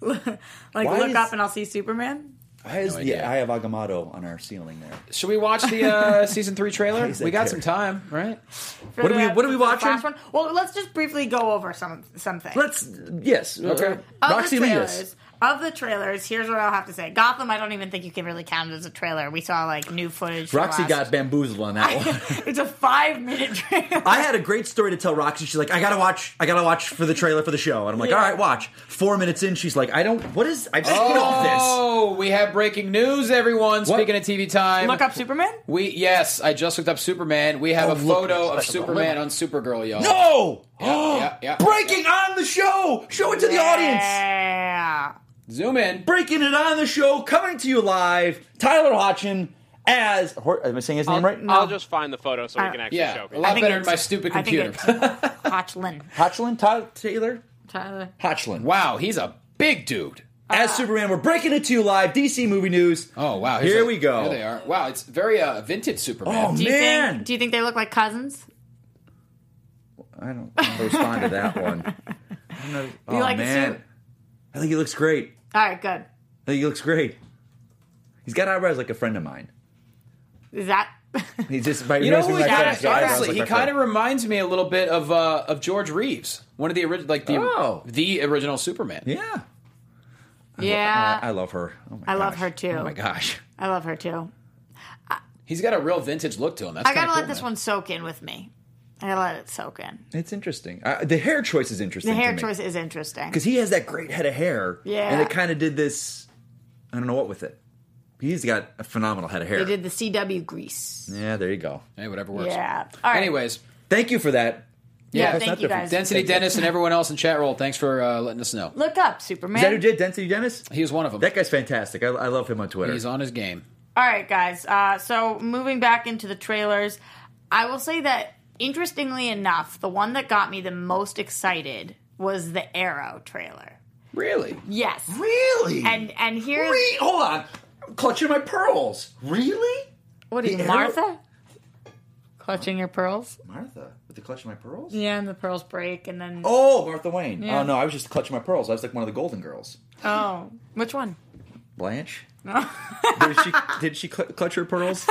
F: Like
E: Why
F: look
E: is-
F: up and I'll see Superman.
E: Why is
B: No
E: the
B: idea.
E: Eye of Agamotto on our ceiling there?
B: Should we watch the uh, season three trailer?
E: is that
B: We got
E: there?
B: some time, right?
F: For
E: What are we-
F: the-
E: what are we
F: for the
E: watching?
F: Flash one? Well, let's just briefly go over some something.
E: Let's yes.
B: Okay.
E: Uh,
F: Of
E: Roxy
F: the
E: lead
F: trailers,
E: us.
F: Of the trailers, here's what I'll have to say. Gotham, I don't even think you can really count it as a trailer. We saw like new footage. for
E: Roxy
F: last-
E: got bamboozled on that one.
F: It's a five minute trailer.
E: I had a great story to tell Roxy. She's like, I gotta watch, I gotta watch for the trailer for the show, and I'm like,
F: Yeah.
E: all right, watch. Four minutes in, she's like, I don't. What is? I just get off this.
B: Oh, we have breaking news, everyone. Speaking of TV time,
F: Look up Superman.
B: We yes, I just looked up Superman. We have
E: Oh,
B: a
E: look,
B: photo of
E: that's special.
B: Superman on Supergirl, y'all.
E: No!
B: Yeah, yeah, yeah.
E: Breaking on the show! Show it to the audience!
F: Yeah.
B: Zoom in.
E: Breaking it on the show, coming to you live, Tyler Hodgson as. Hor- Am I saying his name right?
K: I'll just find the photo so we can actually
B: yeah,
K: show.
B: a lot
K: people.
B: better than my stupid
F: I think
B: computer.
F: Hotchlin.
E: Hodgson? Ty- Taylor?
F: Tyler.
E: Hodgson.
B: wow, he's a big dude.
E: As Superman, we're breaking it to you live, DC movie news.
B: Oh wow, here's
E: Here
B: a-
E: we go.
B: Here they are. Wow, it's very uh, vintage Superman.
E: Oh,
F: Do you
E: man.
F: think? Do you think they look like cousins?
E: I don't know respond to that one. I don't know. oh,
F: like the
E: man.
F: suit?
E: I think he looks great.
F: All right, good.
E: I think he looks great. He's got eyebrows like a friend of mine.
F: Is that?
E: He's just by
B: You know
E: reminds me
B: who
E: of
B: he
E: my friend. He's
B: kind of,
E: got eyebrows
B: honestly,
E: like
B: he
E: my
B: kind of
E: friend.
B: reminds me a little bit of uh, of George Reeves, one of the original, like the
E: Oh.
B: the original Superman.
E: Yeah.
F: Yeah.
E: I love her. Oh my
F: I love
E: gosh.
F: her too.
B: Oh my gosh,
F: I love her too.
B: he's got a real vintage look to him. That's
F: I gotta
B: kinda
F: let
B: cool,
F: this
B: man.
F: one soak in with me. I gotta let it soak in.
E: It's interesting. Uh, the hair choice is interesting.
F: The hair choice is interesting.
E: because he has that great head of hair.
F: Yeah.
E: and it kind of did this. I don't know what with it. He's got a phenomenal head of hair.
F: They did the CW grease.
E: Yeah, there you go.
B: Hey, whatever works.
F: Yeah. All right.
B: Anyways,
E: Thank you for that.
F: Yeah,
E: that's
F: thank
E: not
F: you
E: different.
F: guys.
B: Density Dennis and everyone else in chat roll, thanks for uh, letting us know.
F: Look up Superman.
E: Is that who did Density Dennis?
B: He was one of them.
E: That guy's fantastic. I, I love him on Twitter.
B: He's on his game.
F: All right, guys. Uh, so moving back into the trailers, I will say that interestingly enough, the one that got me the most excited was the Arrow trailer.
B: Really?
F: Yes.
E: really?
F: And and here's
E: Re- hold on. I'm clutching my pearls. Really?
F: what are you,
E: The Arrow-
F: Martha? Clutching your pearls.
E: Martha with the clutch of my pearls.
F: Yeah, and the pearls break, and then oh,
E: Oh, Martha Wayne.
F: Yeah.
E: Oh no, I was just clutching my pearls. I was like one of the Golden Girls.
F: Oh. which one?
E: Blanche. did she did she cl- clutch her pearls?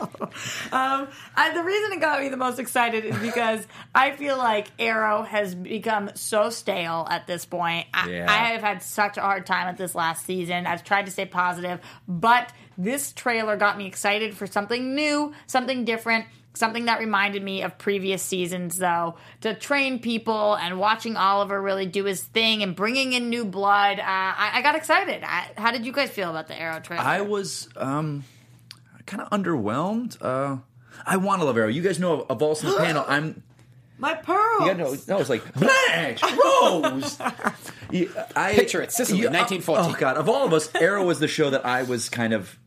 F: Um, I, the reason it got me the most excited is because I feel like Arrow has become so stale at this point. I,
E: Yeah.
F: I have had such a hard time at this last season. I've tried to stay positive, but this trailer got me excited for something new, something different. Something that reminded me of previous seasons, though, to train people and watching Oliver really do his thing and bringing in new blood. Uh, I, I got excited. I, how did you guys feel about the Arrow trailer?
E: I was um, kind of underwhelmed. Uh, I want to love Arrow. You guys know of, of all the panel. I'm.
F: My pearl.
E: You guys know. No, it's like Blanche Rose. You- I
B: Picture it, Sicily, 1914.
E: Oh God! Of all of us, Arrow was the show that I was kind of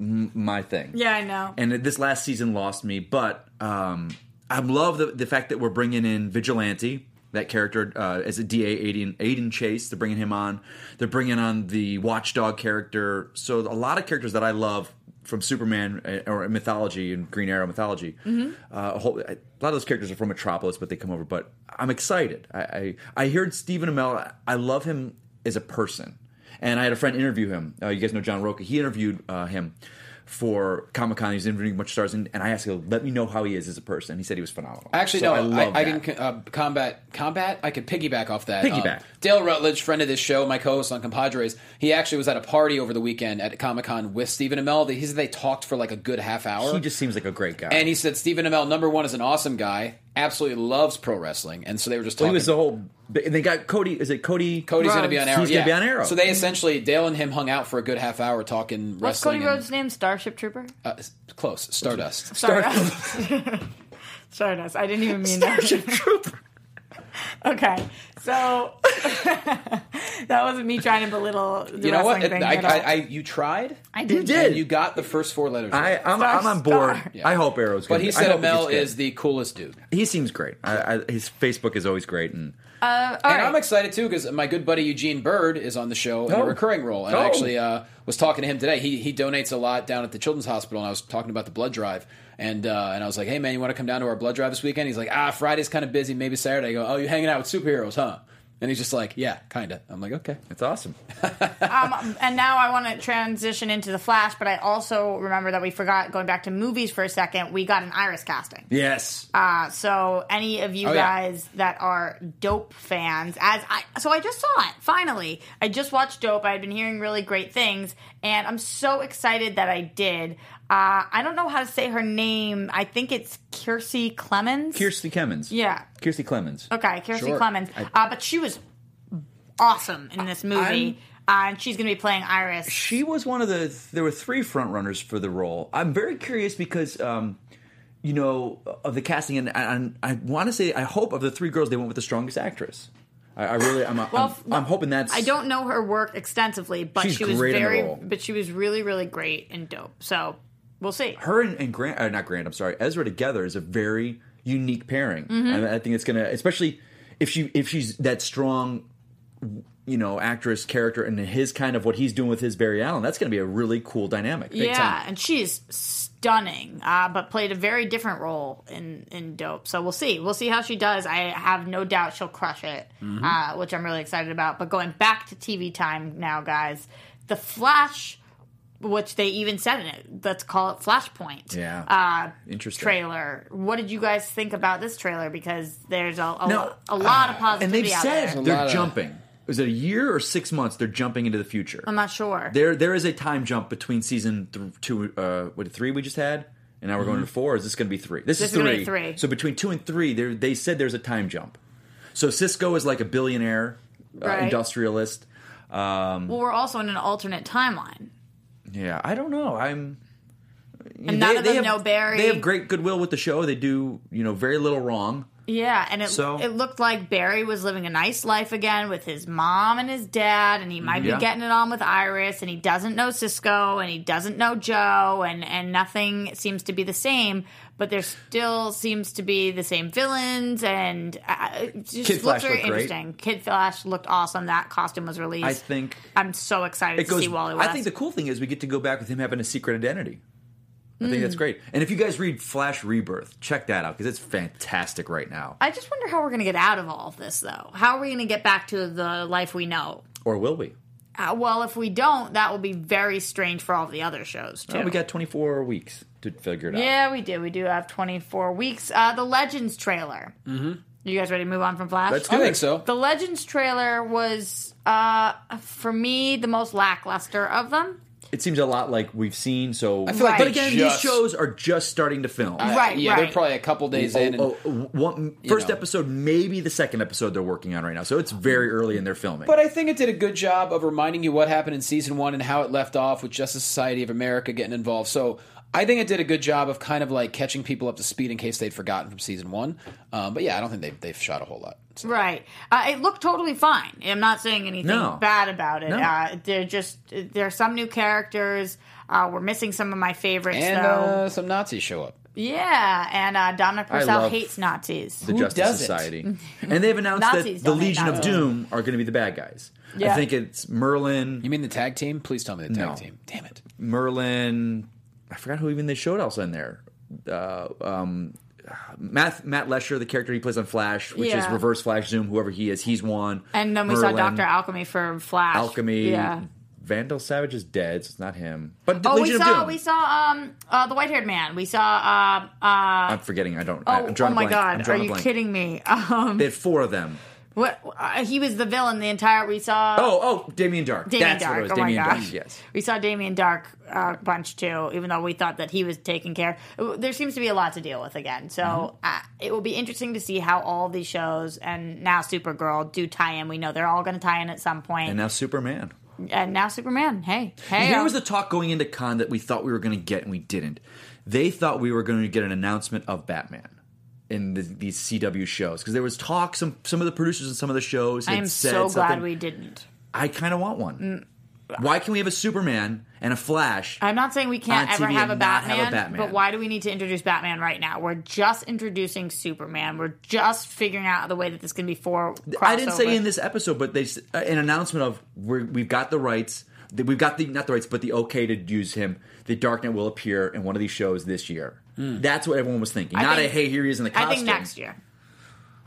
E: m- my thing.
F: Yeah, I know.
E: and this last season lost me. But um, I love the, the fact that we're bringing in Vigilante, that character uh, as a DA Aiden, Aiden Chase. They're bringing him on. They're bringing on the Watchdog character. So a lot of characters that I love f- from Superman uh, or mythology and Green Arrow mythology.
C: Mhm.
E: Uh, a, whole, a lot of those characters are from Metropolis, but they come over. But I'm excited. I I, I heard Stephen Amell. I love him as a person, and I had a friend interview him. Uh, you guys know John Roca. He interviewed uh, him for Comic Con. He's interviewing a bunch of stars, and, and I asked him, "Let me know how he is as a person." He said he was phenomenal.
B: Actually,
E: So
B: no. I, I,
E: that.
B: can co- uh, combat combat. I could piggyback off that.
E: Piggyback.
B: Um, Dale Rutledge, friend of this show, my co-host on Compadres. He actually was at a party over the weekend at Comic Con with Stephen Amell. They- He said they talked for like a good half hour.
E: He just seems like a great guy.
B: and he said Stephen Amell, number one, is an awesome guy. Absolutely loves pro wrestling, and so they were just
E: Well,
B: talking.
E: he was the whole. And they got Cody. Is it Cody?
B: Cody's going to be on Arrow.
E: He's
B: yeah.
E: going to be on Arrow.
B: So they essentially Dale and him hung out for a good half hour talking
F: What's
B: wrestling.
F: Cody
B: and-
F: Rhodes' name? Starship Trooper?
B: uh, s- close. Stardust.
F: Stardust. Stardust. I didn't even mean Starship that. Trooper. okay, so that wasn't me trying to belittle the
B: You know what?
F: wrestling
B: It-
F: thing
B: I,
F: at all.
B: I, I, you tried.
F: I did. You
E: did.
B: And you got the first four letters.
E: I,
B: right.
E: I'm, I'm on board. I hope Arrow's.
B: But
E: gonna
B: he
E: be- I
B: said
E: hope it
B: Amell
E: gets good.
B: is the coolest dude.
E: He seems great. I, I, his Facebook is always great, and
F: Uh, all
B: and
F: right.
B: I'm excited too because my good buddy Eugene Bird is on the show in
E: Oh.
B: a recurring role, and
E: Oh.
B: I actually uh, was talking to him today. He he donates a lot down at the Children's Hospital, and I was talking about the blood drive, and uh, and I was like, hey man, you want to come down to our blood drive this weekend? He's like, ah, Friday's kind of busy, maybe Saturday. I go, oh, you hanging out with superheroes, huh? And he's just like, yeah, kinda. I'm like, okay,
E: it's awesome.
F: Um, and now I want to transition into the Flash, but I also remember that we forgot going back to movies for a second. We got an Iris casting.
E: Yes.
F: Uh, so any of you
E: Oh, yeah.
F: guys that are Dope fans, as I so I just saw it finally. I just watched Dope. I had been hearing really great things, and I'm so excited that I did. Uh, I don't know how to say her name. I think it's Kiersey Clemens.
E: Kirsty Clemens.
F: Yeah.
E: Kirsty Clemens.
F: Okay, Kiersey
E: Sure.
F: Clemens.
E: I-
F: uh, but she was awesome in this movie, uh, and she's going to be playing Iris.
E: She was one of the. There were three front runners for the role. I'm very curious because, um, you know, of the casting, and, and I want to say, I hope of the three girls, they went with the strongest actress. I, I really, I'm,
F: Well,
E: I'm, I'm hoping that's.
F: I don't know her work extensively, but
E: She's
F: she was
E: great in the
F: very,
E: role.
F: but she was really, really great and dope. So we'll see.
E: her and, and Grant, uh, not Grant, I'm sorry, Ezra together is a very unique pairing.
F: Mhm.
E: I, I think it's gonna, especially if she if she's that strong, you know, actress character, and his kind of what he's doing with his Barry Allen. That's gonna be a really cool dynamic.
F: yeah, and she's stunning, uh, but played a very different role in in Dope. So we'll see. We'll see how she does. I have no doubt she'll crush it,
E: Mm-hmm.
O: Mhm.
F: uh, which I'm really excited about. But going back to TV time now, guys, the Flash, which they even said in it, let's call it Flashpoint.
E: Yeah.
F: Uh,
E: Interesting.
F: Trailer. What did you guys think about this trailer? Because there's a a,
E: No, uh,
F: a lot of
E: and
F: positivity
E: they've
F: out
E: said
F: there.
E: they're jumping. Um, Is it a year or six months? They're jumping into the future.
F: I'm not sure.
E: There, there is a time jump between season th- two, uh, what three we just had, and now we're going
F: Mhm.
E: to four. Is this going to be three? This,
F: This
E: is
F: is gonna
E: three.
F: be three.
E: So between two and three, there they said there's a time jump. So Cisco is like a billionaire uh,
F: Right.
E: industrialist. Um,
F: well, we're also in an alternate timeline.
E: yeah, I don't know. I'm.
F: And none of them
E: have,
F: know Barry.
E: They have great goodwill with the show. They do, you know, very little wrong.
F: Yeah, and it
E: So-
F: it looked like Barry was living a nice life again with his mom and his dad, and he might
E: Yeah.
F: be getting it on with Iris, and he doesn't know Cisco, and he doesn't know Joe, and and nothing seems to be the same. But there still seems to be the same villains, and uh, it just
E: Kid
F: looked
E: Flash
F: very
E: looked great.
F: interesting. Kid Flash looked awesome. That costume was released.
E: I think
F: I'm so excited
E: it
F: to
E: goes.
F: see Wally West.
E: I think the cool thing is we get to go back with him having a secret identity. I think that's
F: Mm.
E: great. And if you guys read Flash Rebirth, check that out because it's fantastic right now.
F: I just wonder how we're going to get out of all of this, though. How are we going to get back to the life we know?
E: Or will we?
F: Uh, well, if we don't, that will be very strange for all the other shows too.
E: Oh, we got 24 weeks to figure it out.
F: yeah, we do. We do have 24 weeks. Uh, the Legends trailer.
E: Mm-hmm.
F: You guys ready to move on from Flash?
E: Let's do I it. think so.
F: The Legends trailer was, uh, for me, the most lackluster of them.
E: It seems a lot like we've seen. So,
F: I feel like
E: but
F: they
E: again,
F: just-
E: these shows are just starting to film.
F: Uh, Right,
B: yeah, they're right. probably a couple days in and-
E: Oh, oh, one-
B: you
E: first
B: know.
E: episode, maybe the second episode they're working on right now. So it's very early in their filming.
B: But I think it did a good job of reminding you what happened in season one and how it left off with Justice Society of America getting involved. So I think it did a good job of kind of like catching people up to speed in case they'd forgotten from season one. Um, but yeah, I don't think they've, they've shot a whole lot.
F: Right. Uh, it looked totally fine. I'm not saying anything
B: No.
F: bad about it.
B: No.
F: Uh, they're just, there are some new characters. Uh, we're missing some of my favorites,
B: And
F: though.
B: uh, some Nazis show up.
F: Yeah, and uh, Dominic
E: I
F: Purcell
E: love
F: hates Nazis.
E: the Justice Society, and they've announced
F: Nazis
E: that the
F: don't hate
E: Legion of
F: Nazis.
E: Doom are going to be the bad guys.
F: Yeah.
E: I think it's Merlin. You
B: mean the tag team? Please tell me the
E: tag
B: team. Damn it,
E: Merlin. I forgot who even they showed else in there. Uh, um, Matt Matt Lesher, the character he plays on Flash, which is
F: Yeah.
E: Reverse Flash Zoom, whoever he is, he's one.
F: And then we saw
E: Merlin,
F: Doctor Alchemy for Flash.
E: Alchemy.
F: Yeah.
E: Vandal Savage is dead, so it's not him. But
F: Oh, we
E: Legion of
F: saw
E: Doom.
F: we saw um uh, the white haired man. We saw uh uh.
E: I'm forgetting. I don't. I,
F: Oh,
E: I'm drawing
F: oh
E: a
F: my
E: blank. I'm
F: god! Are
E: drawing a
F: you
E: blank.
F: kidding me? Um,
E: They had four of them.
F: what uh, he was the villain the entire. We saw.
E: Oh, oh, Damien Dark.
F: Damien
E: That's
F: Dark.
E: what it was.
F: oh
E: Damien
F: my
E: Dark.
F: gosh.
E: Yes.
F: We saw Damien Dark uh, bunch too, even though we thought that he was taken care of. There seems to be a lot to deal with again. So
E: Mm-hmm.
F: uh, it will be interesting to see how all these shows and now Supergirl do tie in. We know they're all going to tie in at some point.
E: And now Superman.
F: And now Superman. Hey. Hey.
E: Here
F: um,
E: was the talk going into con that we thought we were going to get and we didn't. They thought we were going to get an announcement of Batman in the, these CW shows because there was talk. Some some of the producers and some of the shows.
F: I
E: had
F: am
E: said
F: so glad
E: something.
F: we Mm. didn't.
E: I kind of want one. Why can we have a Superman and a Flash?
F: I'm not saying we can't
E: On
F: ever
E: TV
F: have a,
E: and not have
F: Batman,
E: a Batman.
F: but why do we need to introduce Batman right now? We're just introducing Superman. We're just figuring out the way that this can be for.
E: I didn't say
F: crossover.
E: in this episode, but they s- uh, an announcement of we're, we've got the rights. that We've got the not the rights, but the okay to use him. The Dark Knight will appear in one of these shows this year. That's what everyone was thinking.
F: Hmm. I
E: Not
F: think-
E: a hey, here he is in the costume.
F: I think next year.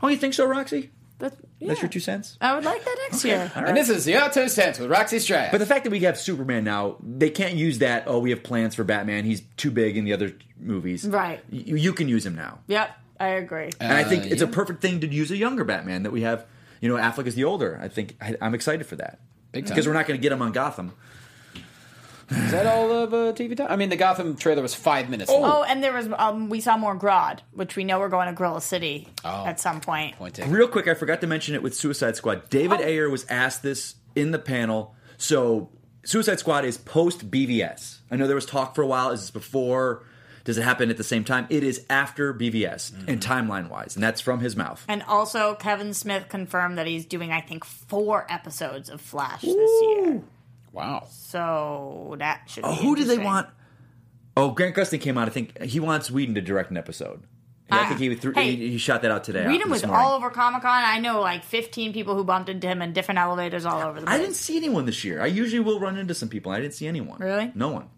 E: Oh, you think so, Roxy?
F: That-
E: That's
F: yeah.
E: your two cents.
F: I would like that next year.
E: And this is the Auto Sense with Roxy Strap. But the fact that we have Superman now, they can't use that. Oh, we have plans for Batman. He's too big in the other movies.
F: Right.
E: You, you can use him now.
F: Yep, I agree.
E: And I think it's a perfect thing to use a younger Batman that we have. You know, Affleck is the older. I think I, I'm excited for that
B: Big time.
E: because we're not going to get him on Gotham.
B: Is that all of uh, TV time? I mean, the Gotham trailer was five minutes.
F: Oh.
B: long.
F: and there was um, we saw more Grodd, which we know we're going to Gorilla City
E: Oh.
F: at some point.
E: Real quick, I forgot to mention it with Suicide Squad.
F: Oh.
E: David Ayer was asked this in the panel. So Suicide Squad is post BVS. I know there was talk for a while. Is this before? Does it happen at the same time? It is after BVS
F: Mm-hmm.
E: and timeline wise, and that's from his mouth.
F: And also, Kevin Smith confirmed that he's doing, I think, four episodes of Flash this year.
E: Ooh. Wow.
F: So that should.
E: Oh,
F: be
E: who do they
F: interesting.
E: want? Oh, Grant Gustin came out. I think he wants Whedon to direct an episode. Yeah, I
F: Ah.
E: think he, threw,
F: Hey.
E: he he shot that out today. uh,
F: Whedon
E: this
F: was
E: morning.
F: all over Comic Con. I know like 15 people who bumped into him in different elevators all over the place.
E: I didn't see anyone this year. I usually will run into some people. I didn't see anyone.
F: Really?
E: No one.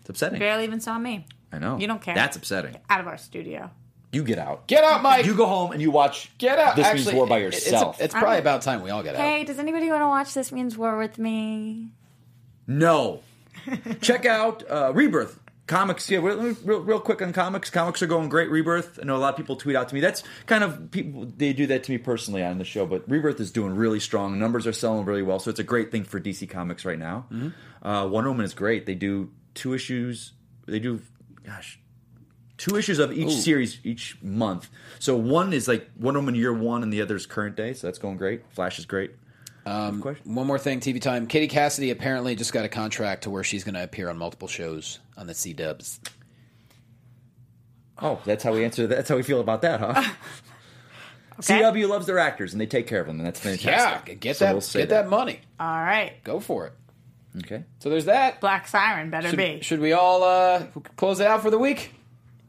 E: It's upsetting.
F: barely even saw me
E: I know.
F: You don't care.
E: That's upsetting.
F: out of our studio.
E: You get out.
B: Get out, Mike.
E: You go home and you watch.
B: Get out.
E: This
B: Actually,
E: means war by
B: it- it's-
E: yourself.
B: It's, probably about time we all get out.
F: Hey, does anybody want to watch This Means War with me?
E: No. Check out uh, Rebirth comics. Yeah, real, real, real quick on comics. Comics are going great. Rebirth. I know a lot of people tweet out to me. That's kind of people. They do that to me personally on the show. But Rebirth is doing really strong. Numbers are selling really well. So it's a great thing for DC Comics right now.
B: Mm-hmm.
E: Uh, Wonder Woman is great. They do two issues. They do, gosh, two issues of each
B: Ooh.
E: series each month. So one is like Wonder Woman year one, and the other is current day. So that's going great. Flash is great.
B: Um, one more thing, TV time. Katie Cassidy apparently just got a contract to where she's going to appear on multiple shows on the C Dubs.
E: Oh, that's how we answer. That's how we feel about that, huh? CW loves their actors and they take care of them, and that's fantastic.
B: Yeah, get
E: So
B: that,
E: we'll say
B: get that money.
F: All right.
B: Go for it.
E: Okay.
B: So there's that.
F: Black Siren better be.
B: Should, should we all uh, close it out for the week?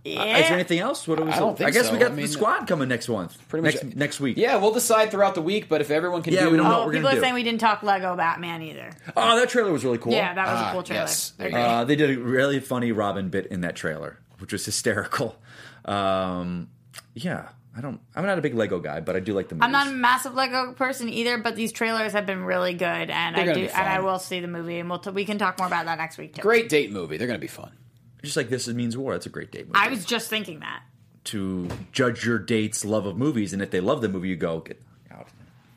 F: Yeah.
E: Is there anything else? What do we?
B: I don't think
E: I guess
B: so.
E: we got
B: I mean-
E: the squad coming next month. Pretty
B: much-
E: next, next week.
B: Yeah, we'll decide throughout the week. But if everyone can,
E: Yeah,
B: do,
E: we don't know
F: Oh,
E: what we're
F: people
E: gonna
F: are
E: do.
F: saying we didn't talk Lego Batman either.
E: Oh, that trailer was really cool.
F: Yeah, that was a
E: Ah,
F: cool trailer.
B: yes. There you go.
E: Uh, they did a really funny Robin bit in that trailer, which was hysterical. Um, yeah, I don't. I'm not a big Lego guy, but I do like the. Movies.
F: I'm not a massive Lego person either, but these trailers have been really good, and
E: They're
F: I
E: gonna
F: do,
E: be
F: and
E: fun.
F: I will see the movie, and we'll t- we can talk more about that next week too.
B: Great date movie. They're going to be fun.
E: Just like this is means war. That's a great date movie.
F: I was just thinking that.
E: to judge your date's love of movies, and if they love the movie, you go get out.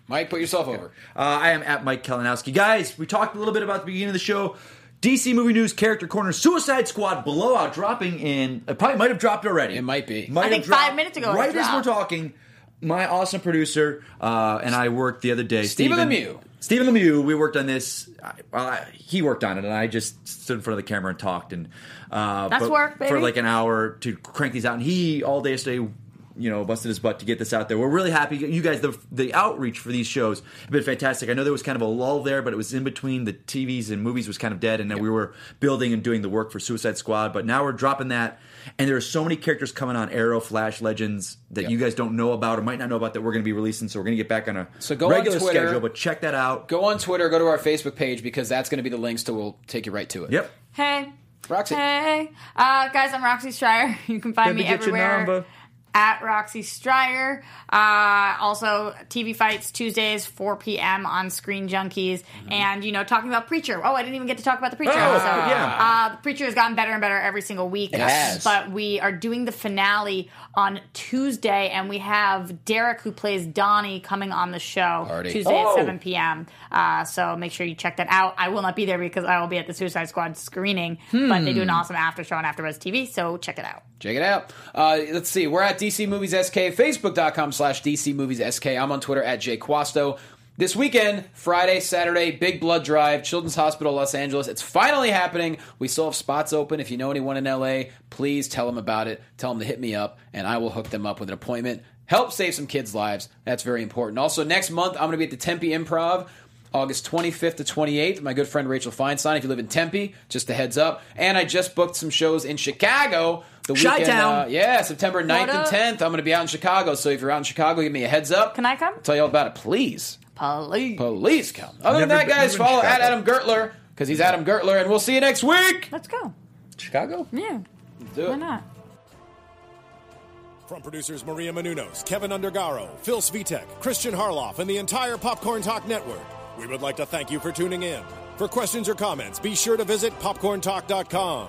B: Mike, put yourself over.
E: Uh, I am at Mike Kalinowski. Guys, we talked a little bit about the beginning of the show. DC movie news character corner Suicide Squad blowout dropping in. It probably might have dropped already. It might be.
F: I think five minutes ago it
E: Right as we're
F: dropped.
E: talking, my awesome producer uh, and I worked the other day.
B: Stephen
E: Steven-
B: Lemieux.
E: Stephen Lemieux. We worked on this. I, well, I, he worked on it, and I just stood in front of the camera and talked. And uh,
F: That's
E: but
F: work,
E: for
F: baby.
E: like an hour to crank these out. And he all day yesterday, you know, busted his butt to get this out there. We're really happy, you guys. The the outreach for these shows have been fantastic. I know there was kind of a lull there, but it was in between the TVs and movies was kind of dead, and then we were building and doing the work for Suicide Squad. But now we're dropping that, and there are so many characters coming on Arrow, Flash, Legends that you guys don't know about or might not know about that we're going to be releasing. So we're going to get back on a
B: So go on
E: regular
B: Twitter.
E: schedule. But check that out.
B: Go on Twitter. Go to our Facebook page because that's going to be the links to. We'll take you right to it.
E: Yep.
F: Hey,
B: Roxy.
F: Hey, uh, guys, I'm Roxy Stryer. You can find
E: Let me
F: me
E: get your
F: everywhere
E: number.
F: at Roxy Stryer. Uh, also, TV fights Tuesdays, 4 p.m. on Screen Junkies. And you know, talking about Preacher. Oh, I didn't even get to talk about the Preacher.
E: Oh,
F: episode.
E: yeah.
F: Uh, Preacher has gotten better and better every single week.
E: It has.
F: But we are doing the finale on Tuesday, and we have Derek, who plays Donnie, coming on the show
B: Already.
F: Tuesday
B: Oh.
F: at 7 p.m. Uh, so make sure you check that out. I will not be there because I will be at the Suicide Squad screening, but they do an
B: Hmm.
F: awesome after show on AfterBuzz TV. So check it out.
B: Check it out. Uh, let's see. We're at DC Movies SK, Facebook.com slash DC Movies SK. I'm on Twitter at Jay Quasto. This weekend, Friday, Saturday, Big Blood Drive, Children's Hospital, Los Angeles. It's finally happening. We still have spots open. If you know anyone in LA, please tell them about it. Tell them to hit me up, and I will hook them up with an appointment. Help save some kids' lives. That's very important. Also, next month, I'm going to be at the Tempe Improv. August 25th to 28th. My good friend Rachel Feinstein. If you live in Tempe, just a heads up. And I just booked some shows in Chicago. The weekend,
F: Chi-town.
B: uh, yeah, September 9th
F: What
B: and
F: up?
B: 10th. I'm going to be out in Chicago. So if you're out in Chicago, give me a heads up. Can
F: I come?
B: tell you all about it, please.
F: Please.
B: Please come. Other than
E: Never
B: that,
E: been-
B: guys,
E: never been
B: follow at
E: Chicago.
B: Adam Gertler because he's Adam Gertler, and we'll see you next week.
F: Let's go.
E: Chicago?
F: Yeah.
B: Do it.
F: Why not?
C: From producers Maria Menunos, Kevin Undergaro, Phil Svitek, Christian Harloff, and the entire Popcorn Talk Network, we would like to thank you for tuning in. For questions or comments, be sure to visit popcorntalk.com.